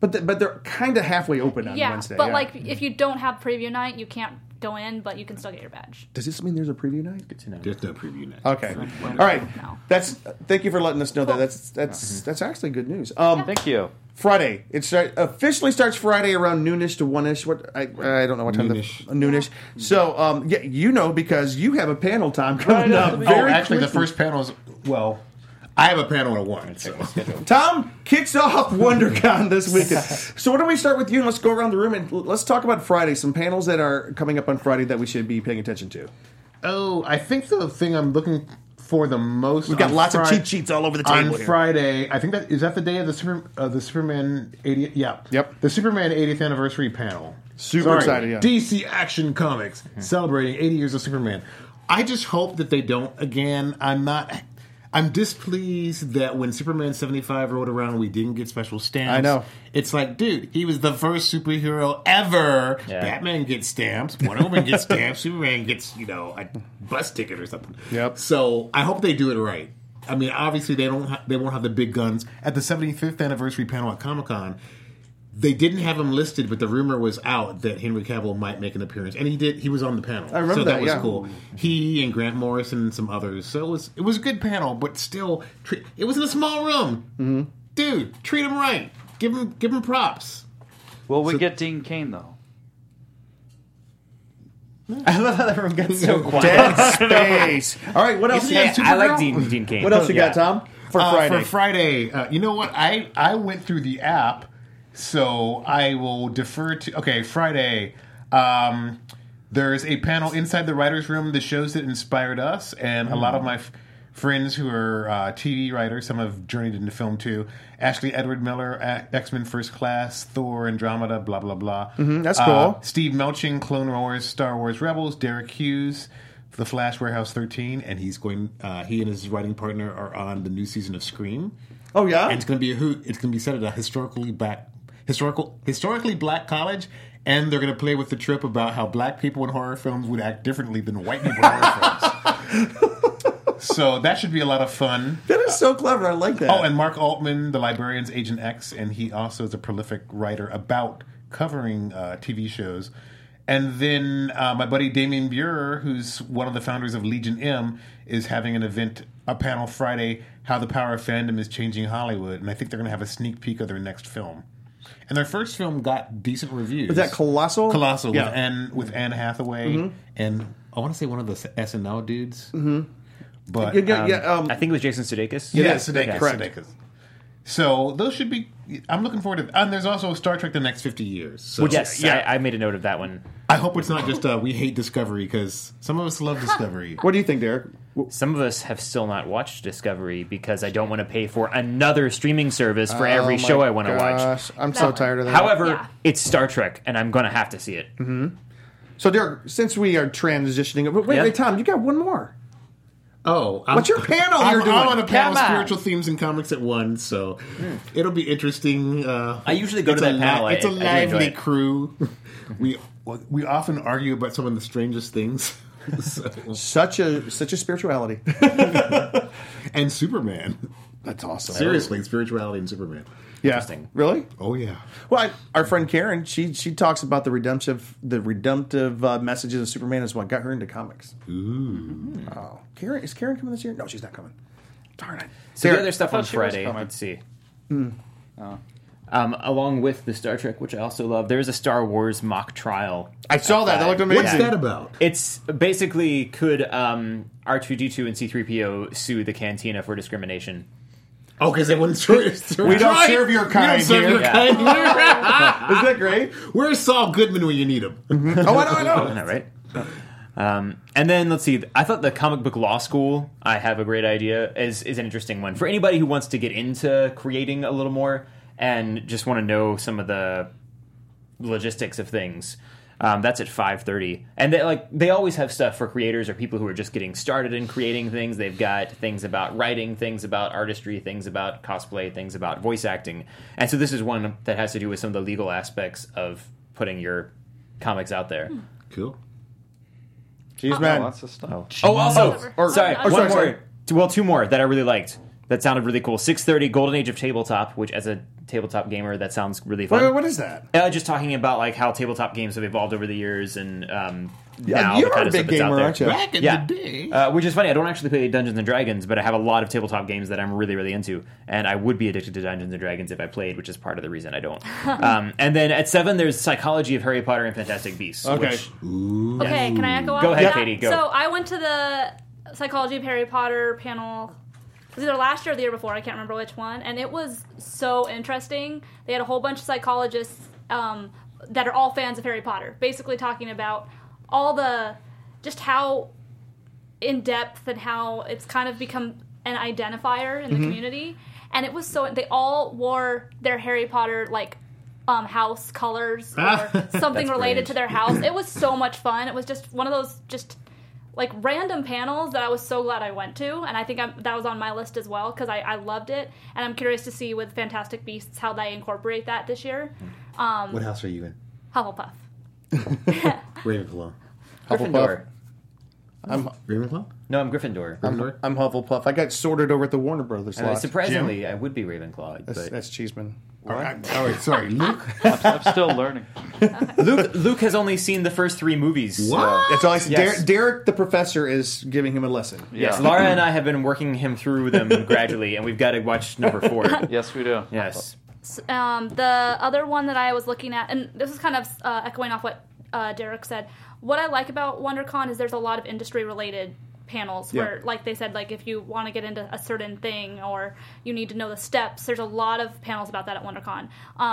But th- but they're kind of halfway open on
yeah,
Wednesday. Mm-hmm.
but like if you don't have preview night, you can't go in, but you can still get your badge.
does this mean there's a preview night?
There's no preview night.
Okay. All right.
No.
That's thank you for letting us know that. That's
Mm-hmm.
that's that's actually good news. Um,
Thank you.
Friday. It start, officially starts Friday around noonish to oneish. What I I don't know what time
Noonish.
the noonish. So um yeah, you know because you have a panel time coming up.
Oh,
Very
actually, the
quickly.
first panel is well. I have a panel at one. So.
Tom kicks off WonderCon this weekend. so why don't we start with you and let's go around the room and l- let's talk about Friday. Some panels that are coming up on Friday that we should be paying attention to.
Oh, I think the thing I'm looking for the most.
We've got
on
lots of
Fri-
cheat sheets all over the
on
table. here.
Friday. I think that is that the day of the super uh, the Superman 80th. Yeah.
Yep.
The Superman 80th anniversary panel.
Super excited, yeah.
DC Action Comics celebrating 80 years of Superman. I just hope that they don't again. I'm not. I'm displeased that when Superman 75 rolled around, we didn't get special stamps.
I know.
It's like, dude, he was the first superhero ever.
Yeah.
Batman gets stamps, Wonder Woman gets stamps, Superman gets, you know, a bus ticket or something.
Yep.
So I hope they do it right. I mean, obviously they don't. Ha- they won't have the big guns at the 75th anniversary panel at Comic Con. They didn't have him listed, but the rumor was out that Henry Cavill might make an appearance, and he did. He was on the panel. I
remember
so that,
that,
was
yeah.
cool. He and Grant Morrison and some others. So it was. It was a good panel, but still, tre- it was in a small room. Mm-hmm. Dude, treat him right. Give him. Give him props.
Will we get Dean Kane though?
I love how everyone got so quiet.
Dead space. All right, what else?
Isn't
you
he
got?
on
I like
Supergirl?
Dean, Dean Kane.
What else you
Yeah.
got, Tom? For
Uh,
Friday.
For Friday, uh, you know what? I I went through the app, so I will defer to. Okay, Friday.
Hmm.
Um, there's a panel inside the writers' room that shows that inspired us, and a lot of my f- friends who are uh, TV writers. Some have journeyed into film too. Ashley Edward Miller, X Men First Class, Thor, Andromeda, blah blah blah. Mm-hmm,
that's cool.
Steve Melching, Clone Wars, Star Wars Rebels, Derek Hughes, The Flash, Warehouse 13, and he's going. Uh, he and his writing partner are on the new season of Scream.
Oh yeah.
And it's going to be a hoot. It's going to be set at a historically black, historical, historically black college, and they're going to play with the trip about how black people in horror films would act differently than white people in horror films. So that should be a lot of fun.
that is so clever. I like that.
Oh, and Mark Altman, the librarian's Agent X, and he also is a prolific writer about covering uh, TV shows. And then uh, my buddy Damien Burer, who's one of the founders of Legion M, is having an event, a panel Friday, How the Power of Fandom is Changing Hollywood. And I think they're going to have a sneak peek of their next film. And their first film got decent reviews.
is that colossal?
Colossal
Yeah. Mm-hmm.
with Anne with Anne Hathaway and I want to say one of the SNL dudes. Mm-hmm. But
yeah, yeah,
um,
yeah, um,
I think it was Jason Sudeikis.
yeah,
Yes,
Sudeikis.
correct.
Sudeikis. So those should be. I'm looking forward to. And there's also Star Trek: The Next 50 Years. So
Yes,
Yeah.
I, I made a note of that one.
I hope it's not just uh, we hate Discovery because some of us love Discovery.
what do you think, Derek? W-
Some of us have still not watched Discovery because I don't want to pay for another streaming service for every
Oh my
show I want to watch.
gosh, I'm so
one.
tired of that.
However,
Yeah.
it's Star Trek, and I'm going to have to see it.
so Derek, since we are transitioning, wait,
Yeah.
wait, Tom, you got one more.
Oh, I'm,
What's your panel
I'm,
you're doing?
I'm on a panel
Come on. Hmm.
spiritual themes and comics at one, so it'll be interesting. Uh,
I usually go to
it's
that
a
panel. I-
it's a
I do enjoy
lively
it.
crew. we we often argue about some of the strangest things. So-
Such a such a spirituality.
and Superman.
That's
Oh.
awesome.
Seriously, spirituality and Superman.
Yeah.
Interesting.
Really?
Oh yeah.
Well, I, our friend Karen, she she talks about the redemptive the redemptive uh, messages of Superman is what got her into comics. Ooh. Oh, Karen is Karen coming this year? No, she's not coming. Darn it.
So the
Derek,
other stuff
I
on
thought she was
Friday.
coming.
Let's see. Um, along with the Star Trek, which I also love, there's a Star Wars mock trial.
I saw that. That looked amazing.
What's that about?
It's basically could um, R2D2 and C3PO sue the Cantina for discrimination?
Oh, because they wouldn't serve.
We don't serve your
We
kind
don't serve
here.
your
Yeah.
kind here.
Isn't that great?
Where's Saul Goodman when you need him?
Oh, I know, I know.
Isn't that right? Um, and then let's see. I thought the comic book law school. I have a great idea. is is an interesting one for anybody who wants to get into creating a little more and just want to know some of the logistics of things. Um, that's at five thirty, and they like they always have stuff for creators or people who are just getting started in creating things. They've got things about writing, things about artistry, things about cosplay, things about voice acting, and so this is one that has to do with some of the legal aspects of putting your comics out there.
Cool.
Jeez,
Oh,
man.
lots of stuff.
Oh, also,
Or- or-
sorry,
oh,
uh, one
sorry,
more.
sorry.
Two- Well, two more that I really liked. That sounded really cool. Six thirty, Golden Age of Tabletop, which as a tabletop gamer, that sounds really fun.
Wait, wait, what is that?
Uh, just talking about like how tabletop games have evolved over the years and um, now the
you're
kind
a
of
big
stuff that's out
gamer,
there.
aren't you?
Back in
Yeah.
the day.
Uh, which is funny. I don't actually play Dungeons and Dragons, but I have a lot of tabletop games that I'm really, really into, and I would be addicted to Dungeons and Dragons if I played, which is part of the reason I don't. um, and then at seven, there's Psychology of Harry Potter and Fantastic Beasts.
Okay.
which-
Okay, can I echo off
Go
of
ahead,
that?
Katie, go.
So I went to the Psychology of Harry Potter panel. It was either last year or the year before. I can't remember which one. And it was so interesting. They had a whole bunch of psychologists um, that are all fans of Harry Potter, basically talking about all the just how in depth and how it's kind of become an identifier
Mm-hmm.
in the community. And it was so they all wore their Harry Potter like um, house colors or something related to their house. It was so much fun. It was just one of those just like random panels that I was so glad I went to, and I think I'm, that was on my list as well because I, I loved it, and I'm curious to see with Fantastic Beasts how they incorporate that this year.
what house are you in?
Hufflepuff.
Ravenclaw.
Gryffindor.
I'm
Ravenclaw?
No, I'm Gryffindor.
Gryffindor?
I'm Hufflepuff. I got sorted over at the Warner Brothers.
Uh,
lot.
surprisingly, I would be Ravenclaw.
That's,
But
that's Cheeseman.
All right, all right, sorry. Luke.
I'm still learning.
Luke, Luke has only seen the first three movies.
What?
That's uh, all I said.
Yes.
Derek, Derek, the professor, is giving him a lesson.
Yeah.
Yes, Laura and I have been working him through them gradually, and we've got to watch number four.
Yes, we do.
Yes.
um, the other one that I was looking at, and this is kind of uh, echoing off what uh, Derek said. What I like about WonderCon is there's a lot of industry related panels
Yeah.
where, like they said, like if you want to get into a certain thing or you need to know the steps, there's a lot of panels about that at WonderCon. Um,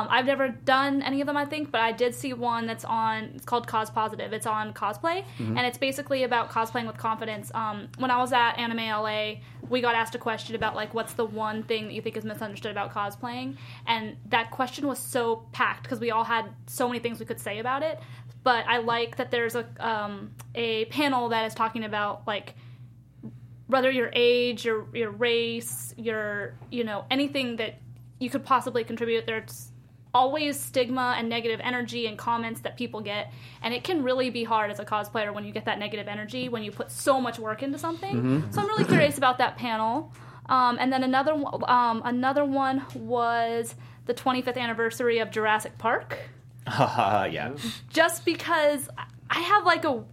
I've never done any of them, I think, but I did see one that's on. It's called Cause Positive. It's on cosplay, and it's basically about cosplaying with confidence. Um, when I was at Anime LA, we got asked a question about like what's the one thing that you think is misunderstood about cosplaying, and that question was so packed because we all had so many things we could say about it. But I like that there's a um, a panel that is talking about like whether your age, your your race, your you know anything that you could possibly contribute. There's always stigma and negative energy and comments that people get, and it can really be hard as a cosplayer when you get that negative energy when you put so much work into something. So I'm really curious about that panel. Um, and then another one- um, another one was the 25th anniversary of Jurassic Park
Uh, yeah.
just because I have like a,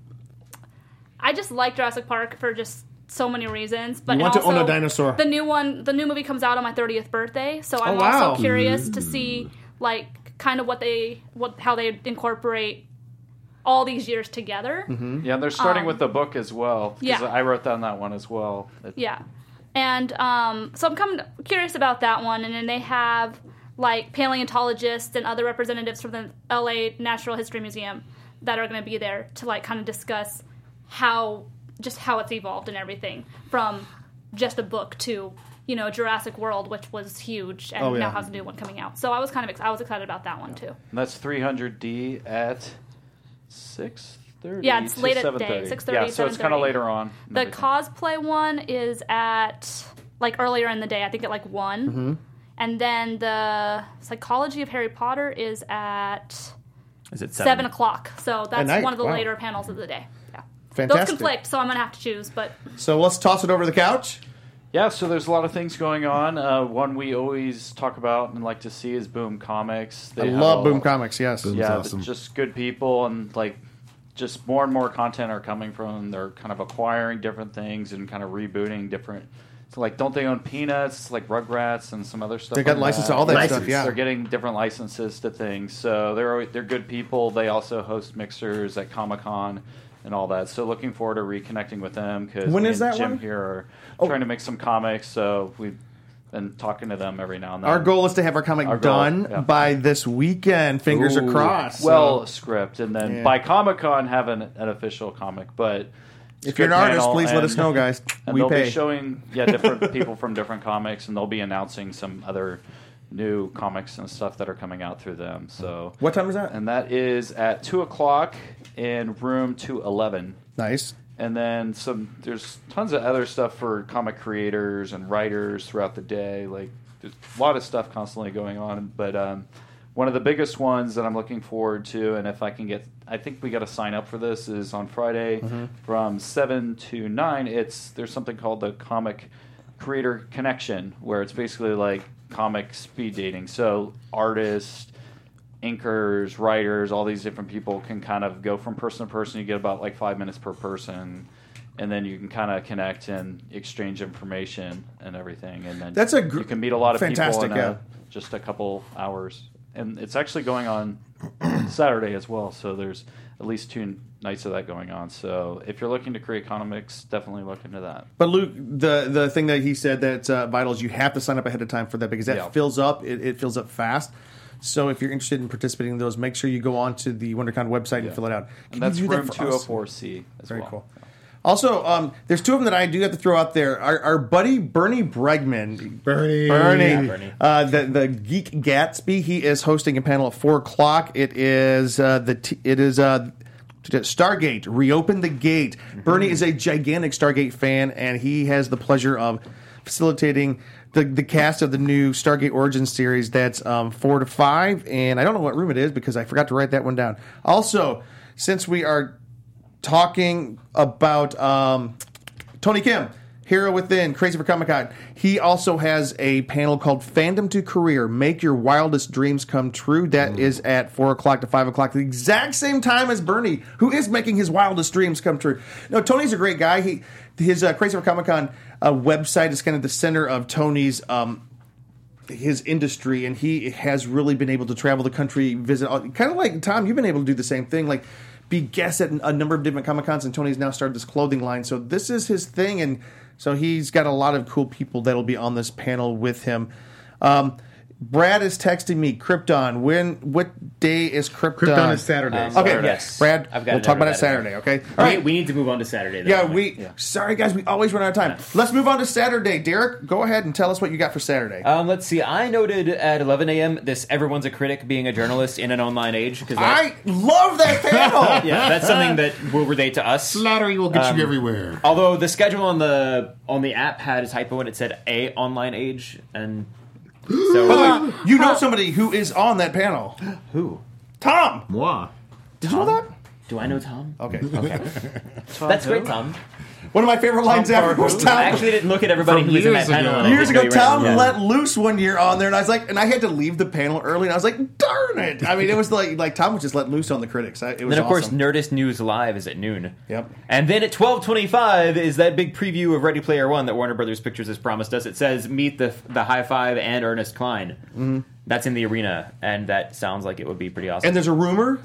I just like Jurassic Park for just so many reasons. But
You want
and
to own
also,
a dinosaur. Oh,
The new one, the new movie comes out on my thirtieth birthday, so I'm
wow.
also curious to see like kind of what they what how they incorporate all these years together.
Mm-hmm.
Yeah, they're starting with the book as well. 'cause
Um, yeah.
I wrote down that one as well. It-
Yeah. And um, so I'm kind of curious about that one. And then they have like paleontologists and other representatives from the LA Natural History Museum that are going to be there to like kind of discuss how just how it's evolved and everything from just a book to you know Jurassic World, which was huge and
Oh, yeah.
now has a new one coming out. So I was kind of ex- I was excited about that one too.
and that's 300D at 6:30.
Yeah, it's
to
late at day,
7:30.
6:30,
Yeah, so it's kind
7:30.
of later on. and
The
everything.
cosplay one is at like earlier in the day. I think at like one,
Mm-hmm.
and then the psychology of Harry Potter is at
Is it seven?
seven, o'clock. So that's
night,
one of the
wow.
later panels of the day. Yeah, those
Fantastic.
conflict, so I'm gonna have to choose. But
So let's toss it over the couch.
Yeah, so there's a lot of things going on. Uh, one we always talk about and like to see is Boom Comics. They
I
have
love
a-
Boom Comics. Yes.
Boom. That's
Yeah,
awesome.
just good people and like just more and more content are coming from. them. They're kind of acquiring different things and kind of rebooting different. So like, don't they own Peanuts, like Rugrats, and some other stuff?
They got
like
license to all that
License.
stuff. Yeah.
They're getting different licenses to things, so they're alwa- they're good people. They also host mixers at Comic Con and all that. So looking forward to reconnecting with them because
When
me
is
and
that
Jim
one? Oh.
here are trying to make some comics, so we've been talking to them every now and then.
Our goal is to have our comic
Our goal,
done
yeah.
by this weekend. Fingers
Ooh,
are crossed. so
Well, script, and then
Yeah.
by Comic Con have an, an official comic. But
if you're an artist, please let us know, guys.
And
We
they'll
pay.
be showing yeah different people from different comics, and they'll be announcing some other new comics and stuff that are coming out through them. So
What time is that?
And that is at two o'clock in room two eleven.
nice.
And then some. There's tons of other stuff for comic creators and writers throughout the day. Like there's a lot of stuff constantly going on. But um, one of the biggest ones that I'm looking forward to, and if I can get, I think we got to sign up for this. Is on Friday from seven to nine. It's there's something called the comic creator connection, where it's basically like comic speed dating. So artists inkers, writers, all these different people can kind of go from person to person. You get about like five minutes per person, and then you can kind of connect and exchange information and everything. And then
That's a gr-
you can meet a lot of
fantastic,
people in
yeah.
a, just a couple hours. And it's actually going on Saturday as well. So there's at least two nights of that going on. So if you're looking to create comics, definitely look into that.
But Luke, the the thing that he said that's uh, vital is you have to sign up ahead of time for that because that
Yeah.
fills up. It, it fills up fast. So if you're interested in participating in those, make sure you go on to the WonderCon website and fill it out. Can
And that's
you do that
room
for us?
204C as
Very
well.
cool. Also, um, there's two of them that I do have to throw out there. Our, our buddy Bernie Bregman,
Bernie.
Bernie,
Yeah,
Uh, the the geek Gatsby. He is hosting a panel at four o'clock. It is uh, the t- it is uh, Stargate. Reopen the gate. Bernie is a gigantic Stargate fan, and he has the pleasure of facilitating. The, the cast of the new Stargate Origins series that's um, four to five, and I don't know what room it is because I forgot to write that one down. Also, since we are talking about um, Tony Kim, Hero Within, Crazy for Comic Con. He also has a panel called Fandom to Career Make Your Wildest Dreams Come True. That is at 4 o'clock to 5 o'clock, the exact same time as Bernie, who is making his wildest dreams come true. No, Tony's a great guy. He His uh, Crazy for Comic Con uh, website is kind of the center of Tony's. Um, his industry and he has really been able to travel the country visit all, kind of like tom you've been able to do the same thing like be guests at a number of different comic cons and tony's now started this clothing line so this is his thing and so he's got a lot of cool people that'll be on this panel with him um, Brad is texting me Krypton. When what day is Krypton?
Krypton is Saturday.
Um,
Okay,
Saturday.
yes. Brad,
I've got
we'll
it
talk about it
under that.
Saturday, okay?
We,
All right.
we need to move on to Saturday. though.
yeah, we. Sorry, guys, we always run out of time. Let's move on to Saturday. Derek, go ahead and tell us what you got for Saturday.
Um, let's see. I noted at 11 a.m. this "Everyone's a critic" being a journalist in an online age because
I love that panel.
yeah, that's something that will relate to us.
Flattery will
Um,
get you everywhere.
oh.
Although the schedule on the on the app had a typo and it said a online age and so
You know somebody who is on that panel.
who
Tom.
Moi.
Did you know that?
do I know Tom?
Okay.
That's great, Tom.
One of my favorite lines ever
Parker.
was
I
Tom.
actually didn't look at everybody
From
who was in that
years
panel.
ago.
and I
Years
didn't know
ago,
you were in
Tom
it.
let loose one year on there, and I was like, and I had to leave the panel early, and I was like, darn it! I mean, it was like, like Tom was just let loose on the critics. I, it was
Then of course,
awesome.
Nerdist News Live is at noon.
Yep.
And then at twelve twenty-five is that big preview of Ready Player One that Warner Brothers Pictures has promised us. It says meet the the High Five and Ernest Klein. That's in the arena, and that sounds like it would be pretty awesome.
Mm-hmm. And there's a rumor,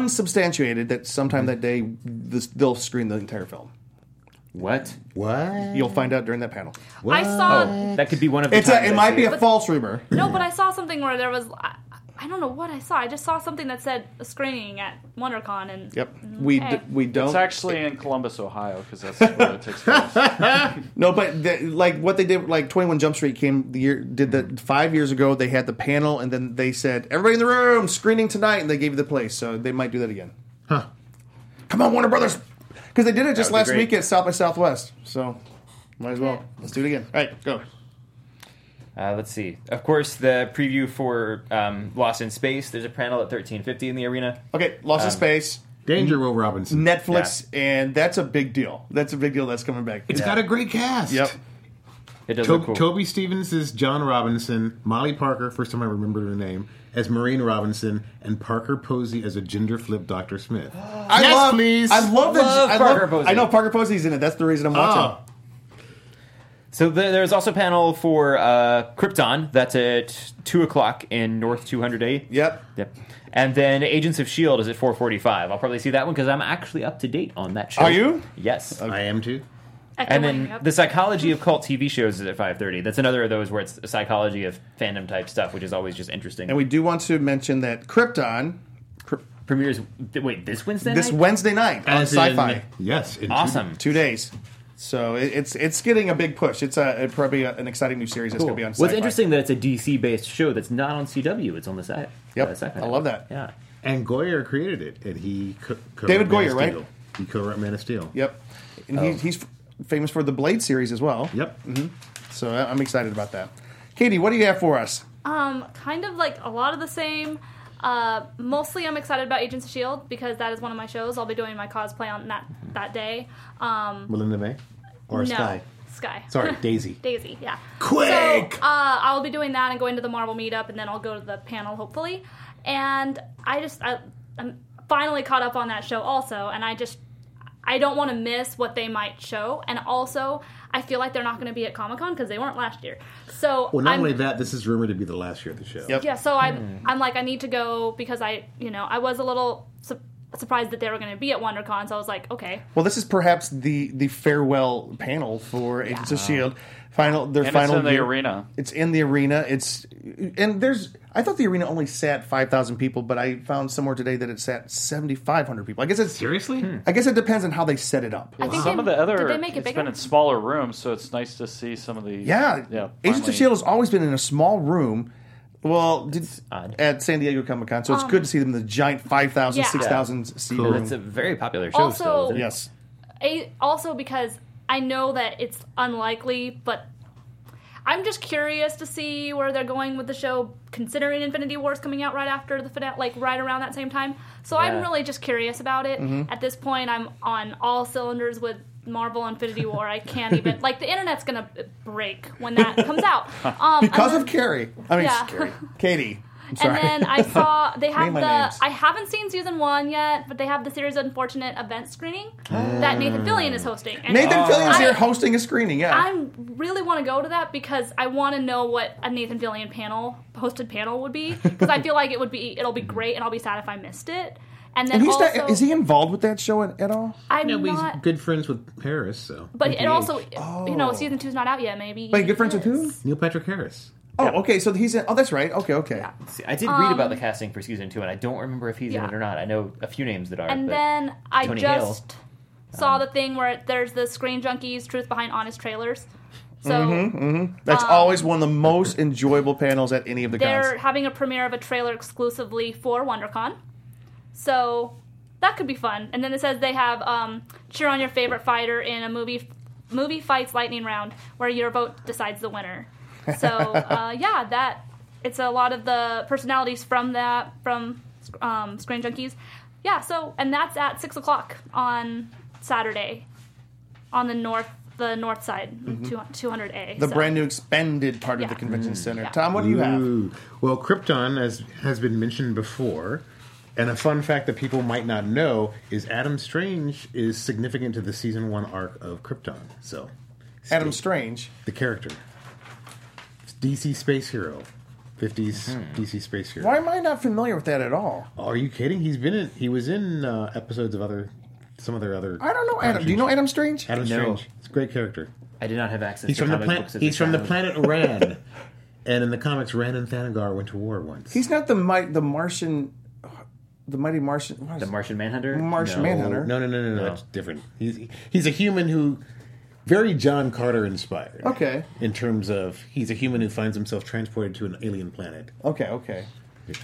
unsubstantiated, that sometime that day this, they'll screen the entire film.
what?
What?
You'll find out during that panel.
I saw
That could be one of the.
It's a,
times
it
I
might
see
be a false rumor.
no, but I saw something where there was I, I don't know what I saw. I just saw something that said a screening at WonderCon and mm,
Yep. We d-
Okay.
we don't
It's actually in Columbus, Ohio, because that's where it takes place.
no, but the, like what they did, like Twenty One Jump Street came the year did that five years ago. They had the panel, and then they said everybody in the room screening tonight, and they gave you the place. So they might do that again.
Huh.
Come on, Warner Brothers, because they did it just
would be
last
great.
week at South by Southwest. So might as well let's do it again. All right, go.
Uh, let's see. Of course, the preview for um, Lost in Space. There's a panel at 1350 in the arena.
Okay, Lost
Um,
in Space.
Danger, Will Robinson.
Netflix, and that's a big deal. That's a big deal. That's coming back.
It's got a great cast.
Yep.
It does
To-
look cool.
Toby Stevens is John Robinson, Molly Parker, first time I remembered her name, as Maureen Robinson, and Parker Posey as a gender flip Dr. Smith.
I
Yes,
love,
please.
I love that.
Love
I
Parker
love,
Posey.
I know Parker Posey's in it. That's the reason I'm
Oh.
watching.
so th- there's also a panel for uh, Krypton. That's at two o'clock in North 200A.
Yep.
Yep. And then Agents of Shield E is at 445. I'll probably see that one because I'm actually up to date on that show.
Are you?
Yes.
I am too.
and then the psychology of cult TV shows is at 5:30. That's another of those where it's the psychology of fandom type stuff, which is always just interesting.
And we do want to mention that Krypton cr-
premieres th- wait this Wednesday.
this
night?
Wednesday night on
As in-
Sci-Fi.
Yes. in two-
Awesome.
Two days. So it, it's it's getting a big push. It's a it probably a- an exciting new series that's
Cool.
going to be on.
What's
Sci-Fi.
interesting that it's a DC based show that's not on CW. It's on the site.
Yep.
uh, Sci-Fi
I
Network.
love that.
Yeah.
And Goyer created it, and he co- co-
David
Man of
Goyer, right?
Steel. He co-wrote Man of Steel.
Yep. And he, he's f- famous for the Blade series as well.
Yep.
So I- I'm excited about that. Katie, what do you have for us?
Um, kind of like a lot of the same. Uh, mostly, I'm excited about Agents of Shield E because that is one of my shows. I'll be doing my cosplay on that that day. Um,
Melinda May or
no,
Sky?
Sky.
Sorry, Daisy.
Daisy, yeah.
Quick!
So, uh, I'll be doing that and going to the Marvel meetup, and then I'll go to the panel hopefully. And I just I, I'm finally caught up on that show also, and I just I don't want to miss what they might show. And also, I feel like they're not going to be at Comic Con because they weren't last year. So
Well, not
I'm,
only that, this is rumored to be the last year of the show.
Yep.
yeah so i'm
Hmm.
i'm like i need to go because i you know i was a little su- surprised that they were going to be at wondercon so i was like okay
Well, this is perhaps the the farewell panel for Agents of Shield. E Final their
And it's
final
in the
year-
arena.
It's in the arena. It's and there's I thought the arena only sat 5,000 people, but I found somewhere today that it sat 7,500 people. I guess it's
Seriously?
I guess it depends on how they set it up.
I think
Some
they-
of the other,
did they make it
it's
bigger
been in smaller rooms, so it's nice to see some of the.
Yeah.
yeah.
Agents
finally.
of Shield has E always been in a small room. Well, did,
odd.
at San Diego Comic Con, so it's good to see them in the giant 5,000,
Um, Yeah.
6,000 seat
Cool.
room.
It's a very popular show.
Also-
still, isn't it?
Yes.
a, also because i know that it's unlikely but i'm just curious to see where they're going with the show considering infinity wars coming out right after the finale like right around that same time so i'm
Yeah.
really just curious about it
Mm-hmm.
at this point i'm on all cylinders with marvel infinity war i can't even like the internet's gonna break when that comes out um
Because
and
of Carrie. I mean,
Yeah.
Carrie. Katie. I'm
And
sorry.
then I saw they have
my
the.
names.
I haven't seen season one yet, but they have the series Unfortunate event screening that Nathan Fillion is hosting. And
Ah. Nathan
Ah.
Fillion's
I-
here hosting a screening, yeah.
I really want to go to that because I want to know what a Nathan Fillion panel hosted panel would be because I feel like it would be it'll be great and I'll be sad if I missed it. And then
and he's
also,
not, is he involved with that show at, at all?
I'm
No, but he's
not.
good friends with Harris, so.
But it
NPH.
also, you know, season two's not out yet. Maybe.
Oh. Wait, good friends with
it
who?
is.
Neil Patrick Harris.
Oh, okay. So he's in. Oh, that's right. Okay, okay.
See, I did read about the casting for season two, and I don't remember if he's in
Um, yeah.
it or not. I know a few names that are.
And
but
then I
Tony Hale.
just saw the thing where there's the Screen Junkies Truth Behind Honest trailers. So
Mm-hmm. That's
Um,
always one of the most enjoyable panels at any of the
they're
cons.
having a premiere of a trailer exclusively for WonderCon. So that could be fun. And then it says they have um, cheer on your favorite fighter in a movie movie fights lightning round where your vote decides the winner. So uh, yeah, that it's a lot of the personalities from that from um, Screen Junkies. Yeah. So and that's at six o'clock on Saturday on the north the north side two hundred A.
Mm-hmm. The brand new expanded part of the
Yeah.
convention center.
Yeah.
Tom, what do you have?
Ooh. Well, Krypton, as has been mentioned before, and a fun fact that people might not know is Adam Strange is significant to the season one arc of Krypton. So,
Adam Strange.
the character, DC space hero, 50s
Mm-hmm.
DC space hero.
Why am I not familiar with that at all?
Are you kidding? He's been in. He was in uh, episodes of other, some other other.
I don't know Adam. Do you know Adam Strange?
Adam
No.
Strange. It's a great character.
I did not have access.
He's
to
from the
comic
planet.
books as a
He's from the
child.
planet Ran, and in the comics, Ran and Thanagar went to war once.
He's not the might the Martian, the mighty Martian. what is
The
it?
Martian Manhunter.
Martian
No.
Manhunter.
No, no, no, no, no.
Oh, No.
That's different. He's he's a human who very John Carter inspired.
Okay.
In terms of he's a human who finds himself transported to an alien planet.
Okay, okay.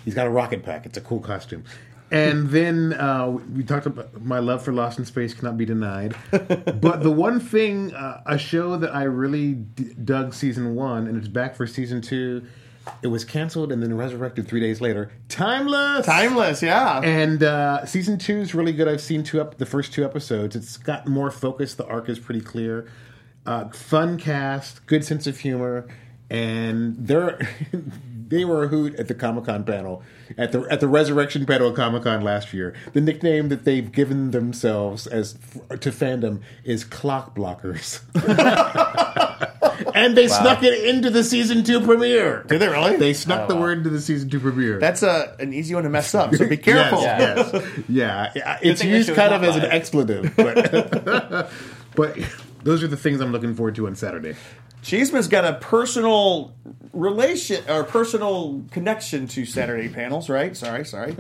He's got a rocket pack. It's a cool costume. And then uh, we talked about my love for Lost in Space cannot be denied. but the one thing, uh, a show that I really d- dug season one, and it's back for season two. It was canceled and then resurrected three days later. Timeless.
Timeless, yeah.
And uh, season two is really good. I've seen two up the first two episodes. It's got more focus. The arc is pretty clear. Uh, fun cast, good sense of humor, and they're they were a hoot at the Comic Con panel at the at the Resurrection panel at Comic Con last year. The nickname that they've given themselves as to fandom is Clock Blockers, and they snuck it into the season two premiere.
Did they really? Oh,
They snuck the word into the season two premiere.
That's a an easy one to mess up. So be careful.
Yes, yes. yeah. yeah, It's
thing that
used
show's
kind
not
of as an
live.
expletive, but, but those are the things I'm looking forward to on Saturday.
Cheeseman's got a personal relation or personal connection to Saturday panels, right? Sorry, sorry.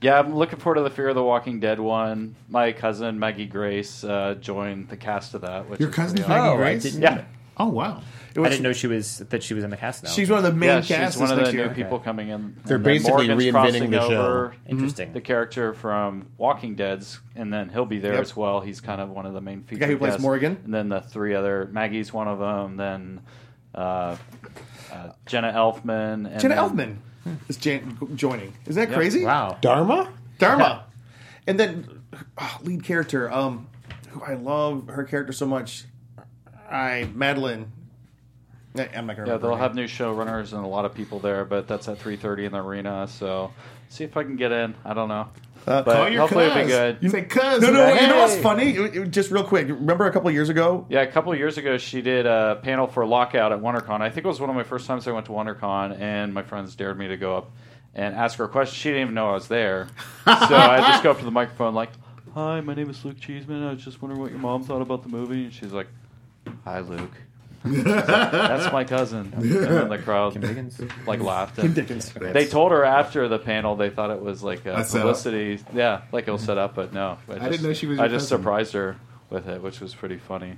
Yeah, I'm looking forward to the Fear of the Walking Dead one. My cousin Maggie Grace uh, joined the cast of that. Which
Your
is
cousin's
pretty
Maggie
awesome.
I
Grace?
didn't-
Yeah,
Oh wow,
It
I
was-
didn't know she was that she was in the cast now.
she's one of the main
yeah,
cast.
she's one of
this next
the new
year.
people coming in.
They're
And then
basically
Morgan's
reinventing
crossing
the show.
over
interesting.
The character from Walking Dead's, and then he'll be there
Yep.
as well. He's kind of one of the main features.
guy who plays Morgan?
and then the three other Maggie's one of them. Then uh, uh, Jenna Elfman. And
Jenna
then-
Elfman is jan- joining. Isn't that crazy?
wow.
Dharma.
Dharma. And then oh, lead character, um, who I love her character so much. I Madeline. I- I'm not gonna.
Yeah,
remember
they'll
her
have
name.
new showrunners and a lot of people there, but that's at 3:30 in the arena. So see if I can get in. I don't know, but
Uh, Call your
hopefully it'll
cuz.
be good.
You say cuz.
No, no,
hey.
you know what's funny? It- it- Just real quick, remember a couple years ago?
Yeah, a couple years ago, she did a panel for Lockout at WonderCon. I think it was one of my first times I went to WonderCon, and my friends dared me to go up and ask her a question. She didn't even know I was there, so I just go up to the microphone like, "Hi, my name is Luke Cheeseman. I was just wondering what your mom thought about the movie." And she's like, "Hi, Luke." That's my cousin. And then the crowd like laughed. And They told her after the panel they thought it was like a,
A setup?
publicity. Yeah, like it was set up, but no. I, just,
didn't know she was
I
your
just
cousin.
surprised her with it, which was pretty funny.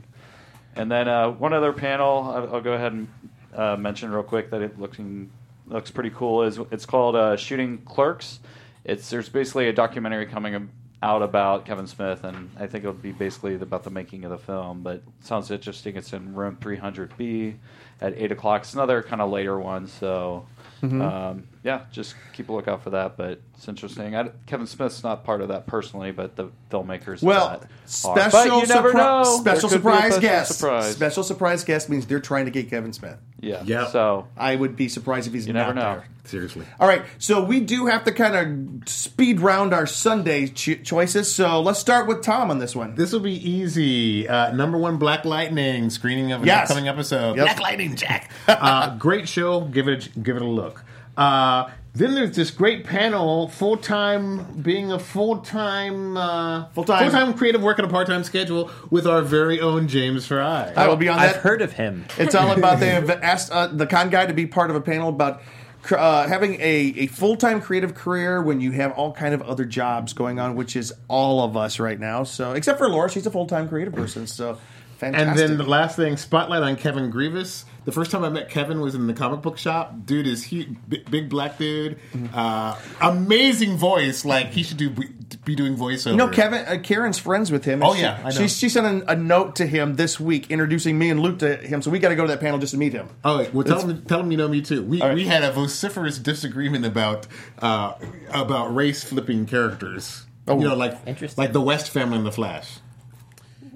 And then uh, one other panel I'll, I'll go ahead and uh, mention real quick that it looking looks pretty cool. Is it's called uh, Shooting Clerks. It's there's basically a documentary coming out about Kevin Smith, and I think it'll be basically about the making of the film. But it sounds interesting. It's in room 300B at eight o'clock. It's another kind of later one, so. Um, yeah, just keep a lookout for that. But it's interesting. I, Kevin Smith's not part of that personally, but the filmmakers. of
Well,
that are.
special
But you never
surpri-
know. There
special
could be a
surprise
special
guest.
surprise.
Special surprise guest means they're trying to get Kevin Smith.
Yeah.
Yeah.
So
I would be surprised if he's
you
not
never know.
there.
Seriously.
All right, so we do have to kind of speed round our Sunday cho- choices. So let's start with Tom on this one.
This will be easy. Uh, number one, Black Lightning screening of an
Yes.
upcoming episode.
Yep.
Black Lightning Jack.
uh, great show. Give it a, give it a look. Uh, Then there's this great panel, full time being a full time uh,
Full-time.
creative work on a part time schedule with our very own James Fry.
I will be on
I've
that.
heard of him.
It's all about they have asked uh, the con guy to be part of a panel about cr- uh, having a, a full time creative career when you have all kind of other jobs going on, which is all of us right now. So except for Laura, she's a full time creative person. So
and
fantastic.
then the last thing, spotlight on Kevin Grievous. The first time I met Kevin was in the comic book shop. Dude is huge, big black dude,
Mm-hmm.
uh, amazing voice. Like he should do be doing voiceover.
you know, Kevin, uh, Karen's friends with him. and
Oh,
she,
yeah, I know.
She, she sent an, a note to him this week introducing me and Luke to him. So we got to go to that panel just to meet him.
Oh, wait, well, tell him, tell him you know me too. We,
right.
we had a vociferous disagreement about uh, about race flipping characters.
Oh.
you know, like
Interesting.
like the West family in the Flash.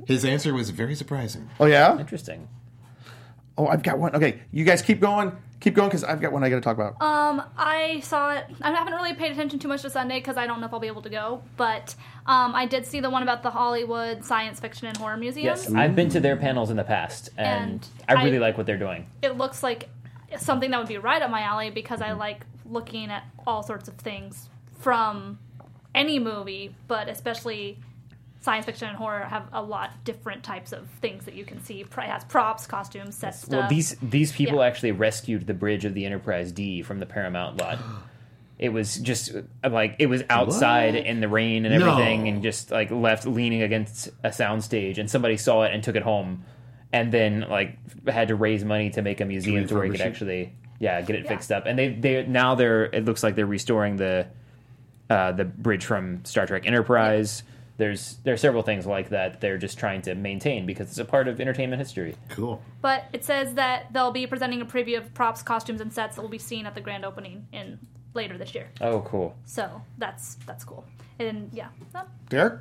His answer was very surprising.
Oh yeah.
Interesting.
Oh, I've got one. Okay, you guys keep going, keep going, because I've got one I got to talk about.
Um, I saw it. I haven't really paid attention too much to Sunday because I don't know if I'll be able to go. But um, I did see the one about the Hollywood Science Fiction and Horror Museum.
Yes, I've been to their panels in the past, and,
And
I really
I-
like what they're doing.
It looks like something that would be right up my alley because I like looking at all sorts of things from any movie, but especially science fiction and horror have a lot different types of things that you can see. It has props, costumes, set stuff.
Well, these these people
Yeah.
actually rescued the bridge of the Enterprise D from the Paramount lot. It was just uh, like it was outside in the rain and everything,
No.
and just like left leaning against a soundstage, and somebody saw it and took it home, and then like had to raise money to make a museum to where it could
refurbish it?
actually yeah get it
Yeah.
fixed up. And they they now they're it looks like they're restoring the uh, the bridge from Star Trek Enterprise. There's there are several things like that they're just trying to maintain because it's a part of entertainment history.
Cool.
But it says that they'll be presenting a preview of props, costumes, and sets that will be seen at the grand opening in later this year.
Oh, cool.
So that's that's cool. And yeah, that-
Derek,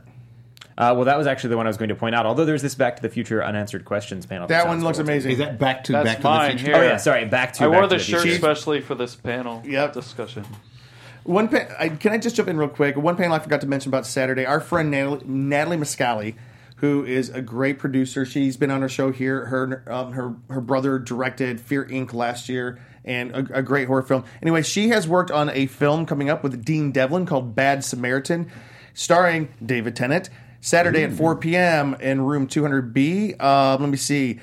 Uh, well, that was actually the one I was going to point out. Although there's this Back to the Future unanswered questions panel.
that
sounds
one looks
cool.
amazing.
Is that back to
That's
back
mine
to the
here.
future?
Oh yeah, sorry. Back to.
I
Back
wore
to
the shirt
Future.
especially for this panel
Yep.
discussion.
One pa- I, can I just jump in real quick? One panel I forgot to mention about Saturday. Our friend Natalie, Natalie Miscali, who is a great producer. She's been on our show here. Her um, her her brother directed Fear Inc. last year and a, a great horror film. Anyway, she has worked on a film coming up with Dean Devlin called Bad Samaritan, starring David Tennant. Saturday at 4 p.m. in room 200B. Uh, let me see.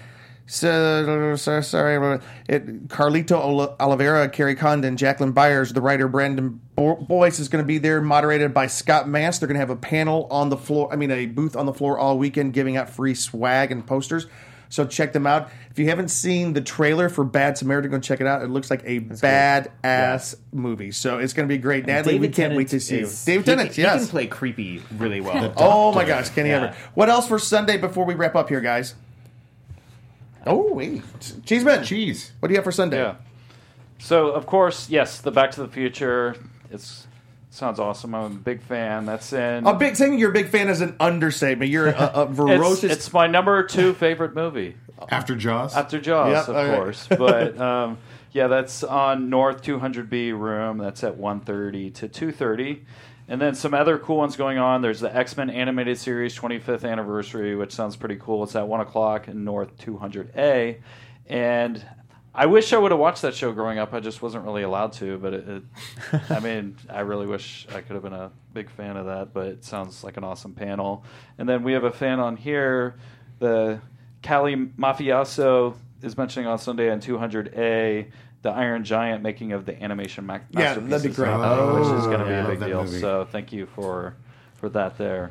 So, so- sorry, it, Carlito Ola- Oliveira, Kerry Condon, Jacqueline Byers, the writer Brandon Bo- Boyce is going to be there, moderated by Scott Mass. They're going to have a panel on the floor, I mean, a booth on the floor all weekend giving out free swag and posters. So check them out. If you haven't seen the trailer for Bad Samaritan, go check it out. It looks like a bad ass movie. So it's going to be great. Natalie, we can't wait to see
is-
you. David
he
Tennant,
can-
yes.
He can play creepy really well.
Oh my gosh, can he
Yeah.
ever? What else for Sunday before we wrap up here, guys? Oh wait, Cheeseman,
Cheese.
What do you have for Sunday?
Yeah. So of course, yes, the Back to the Future. It's sounds awesome. I'm a big fan. That's in.
A big saying you're a big fan is an understatement. You're a, a
it's,
ferocious.
it's my number two favorite movie
After Jaws.
after Jaws,
Yep,
of
okay.
course. But um, yeah, that's on North 200B room. That's at 1:30 to 2:30. And then some other cool ones going on. There's the X Men animated series 25th anniversary, which sounds pretty cool. It's at one o'clock in North 200A, and I wish I would have watched that show growing up. I just wasn't really allowed to. But it, it, I mean, I really wish I could have been a big fan of that. But it sounds like an awesome panel. And then we have a fan on here, the Cali Mafioso is mentioning on Sunday on 200A the Iron Giant making of the animation ma-
Yeah, that'd be
masterpieces,
great.
which is going to be
Oh,
a
I
big
love that
deal.
movie.
So thank you for for that there.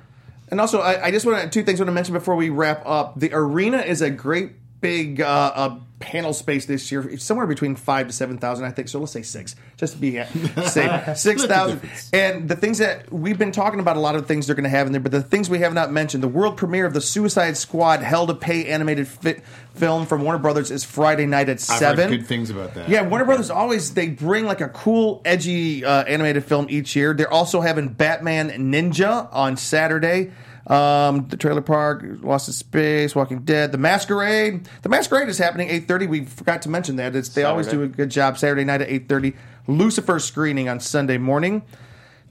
And also, I, I just want to two things I want to mention before we wrap up. The arena is a great big uh, uh, panel space this year, somewhere between five to seven thousand, I think. So let's say six, just to be uh, safe, six thousand. And the things that we've been talking about, a lot of things they're going to have in there, but the things we have not mentioned, the world premiere of the Suicide Squad Hell to Pay animated fit film from Warner Brothers is Friday night at
I've heard
seven.
good things about that.
Yeah, Warner Brothers always they bring like a cool, edgy uh, animated film each year. They're also having Batman Ninja on Saturday. Um, the Trailer Park, Lost in Space, Walking Dead, The Masquerade. The Masquerade is happening eight thirty. We forgot to mention that. It's, they always do
Saturday.
a good job Saturday night at eight thirty. Lucifer screening on Sunday morning.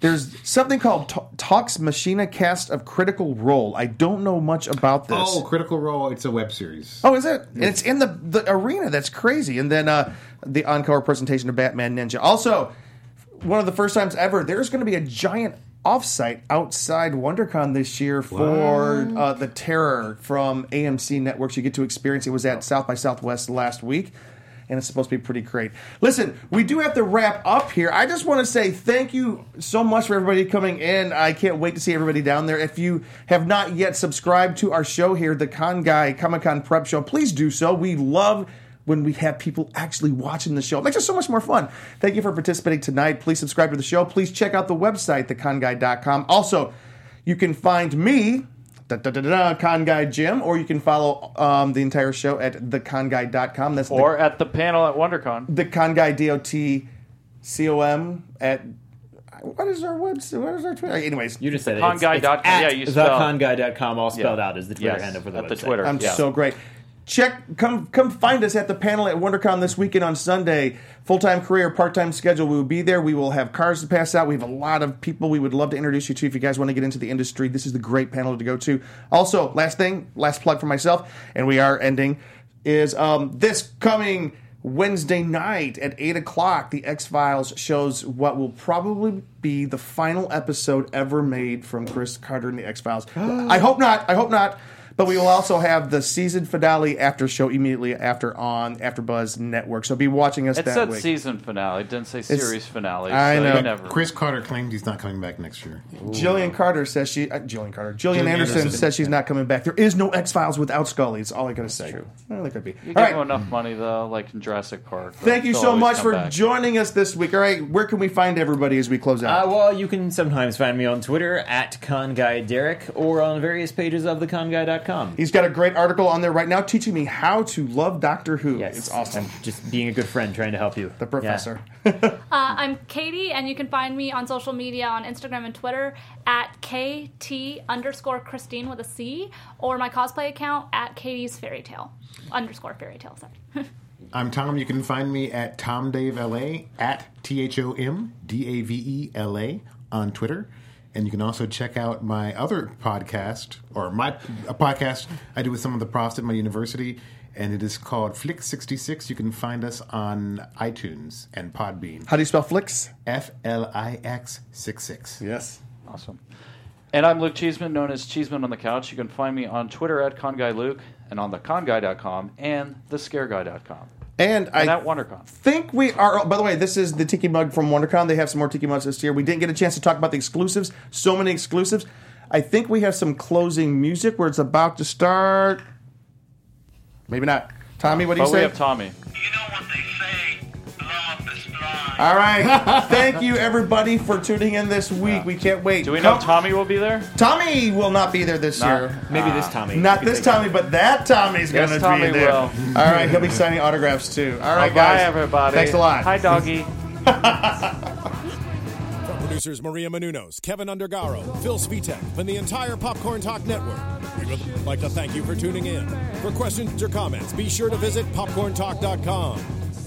There's something called Ta- Talks Machina Cast of Critical Role. I don't know much about this.
Oh, Critical Role. It's a web series.
Oh, is it? And it's in the, the arena. That's crazy. And then uh, the encore presentation of Batman Ninja. Also, one of the first times ever, there's going to be a giant offsite outside WonderCon this year for uh, the Terror from AMC Networks. You get to experience it was at South by Southwest last week. And it's supposed to be pretty great. Listen, we do have to wrap up here. I just want to say thank you so much for everybody coming in. I can't wait to see everybody down there. If you have not yet subscribed to our show here, the Con Guy Comic Con Prep Show, please do so. We love when we have people actually watching the show. It makes it so much more fun. Thank you for participating tonight. Please subscribe to the show. Please check out the website, theconguy.com. Also, you can find me, da, da, da, da, da, Con Guy Jim, or you can follow um, the entire show at theconguy.com. That's
Or at the panel at WonderCon.
the, the Con Guy D-O-T C-O-M at... What is our website? What is our Twitter? Anyways,
You just said it. It's-
Conguy
it's
dot-
at
yeah, you spell-
theconguy.com, all spelled
Yeah.
out is the Twitter
Yes,
handle for the
at the
website.
Twitter.
I'm
Yeah.
so great. Check, come, come find us at the panel at WonderCon this weekend on Sunday. Full time career, part time schedule. We will be there. We will have cars to pass out. We have a lot of people we would love to introduce you to if you guys want to get into the industry. This is the great panel to go to. Also, last thing, last plug for myself, and we are ending is um, this coming Wednesday night at 8 o'clock, The X Files shows what will probably be the final episode ever made from Chris Carter and The X Files. I hope not. I hope not. But we will also have the season finale after show immediately after on After Buzz Network. So be watching us
It
that
said
week.
season finale. It didn't say
It's-
series finale.
I
so
know.
You never.
Chris Carter claimed he's not coming back next year.
Jillian Carter says she. Uh, Jillian Carter. Jillian,
Gillian
Anderson,
Anderson.
says she's not coming back. There is no X Files without Scully. It's all I gotta say. Well, there could be. all
you give
right.
him enough money though, like in Jurassic Park.
Thank you
They'll
so
always
much
come
for
back.
joining us this week. All right, where can we find everybody as we close out?
Uh, well, you can sometimes find me on Twitter at ConGuyDerek or on various pages of theconguy.com.
He's got a great article on there right now teaching me how to love Doctor Who.
Yes,
It's awesome.
I'm just being a good friend, trying to help you.
The professor.
Uh, I'm Katie, and you can find me on social media on Instagram and Twitter at KT underscore Christine with a C, or my cosplay account at Katie's Fairy Tale underscore Fairy Tale. Sorry.
I'm Tom. You can find me at Tom Dave LA at T H O M D A V E L A on Twitter. And you can also check out my other podcast, or my a podcast I do with some of the profs at my university, and it is called Flick 66. You can find us on iTunes and Podbean.
how do you spell flicks?
F L I X 66.
Yes.
Awesome. And I'm Luke Cheeseman, known as Cheeseman on the Couch. You can find me on Twitter at ConGuyLuke and on theconguy.com and thescareguy.com.
And I
And at WonderCon.
think we are. By the way, this is the Tiki Mug from WonderCon. They have some more Tiki Mugs this year. We didn't get a chance to talk about the exclusives. So many exclusives. I think we have some closing music where it's about to start. Maybe not. Tommy, what do you
But
say?
we have Tommy.
You know what they say, love is blind.
All right. Thank you, everybody, for tuning in this week. We can't wait.
Do we know
Come-
Tommy will be there?
Tommy will not be there this
Not-
year.
Maybe this Tommy.
Not this Tommy, but that Tommy's
Yes,
gonna
Tommy
be there.
will.
All right, he'll be signing autographs too. All right, guys.
Bye, everybody.
Thanks a lot.
Hi, doggy.
From producers Maria Menunos, Kevin Undergaro, Phil Svitek, and the entire Popcorn Talk Network, we would like to thank you for tuning in. For questions or comments, be sure to visit popcorntalk.com.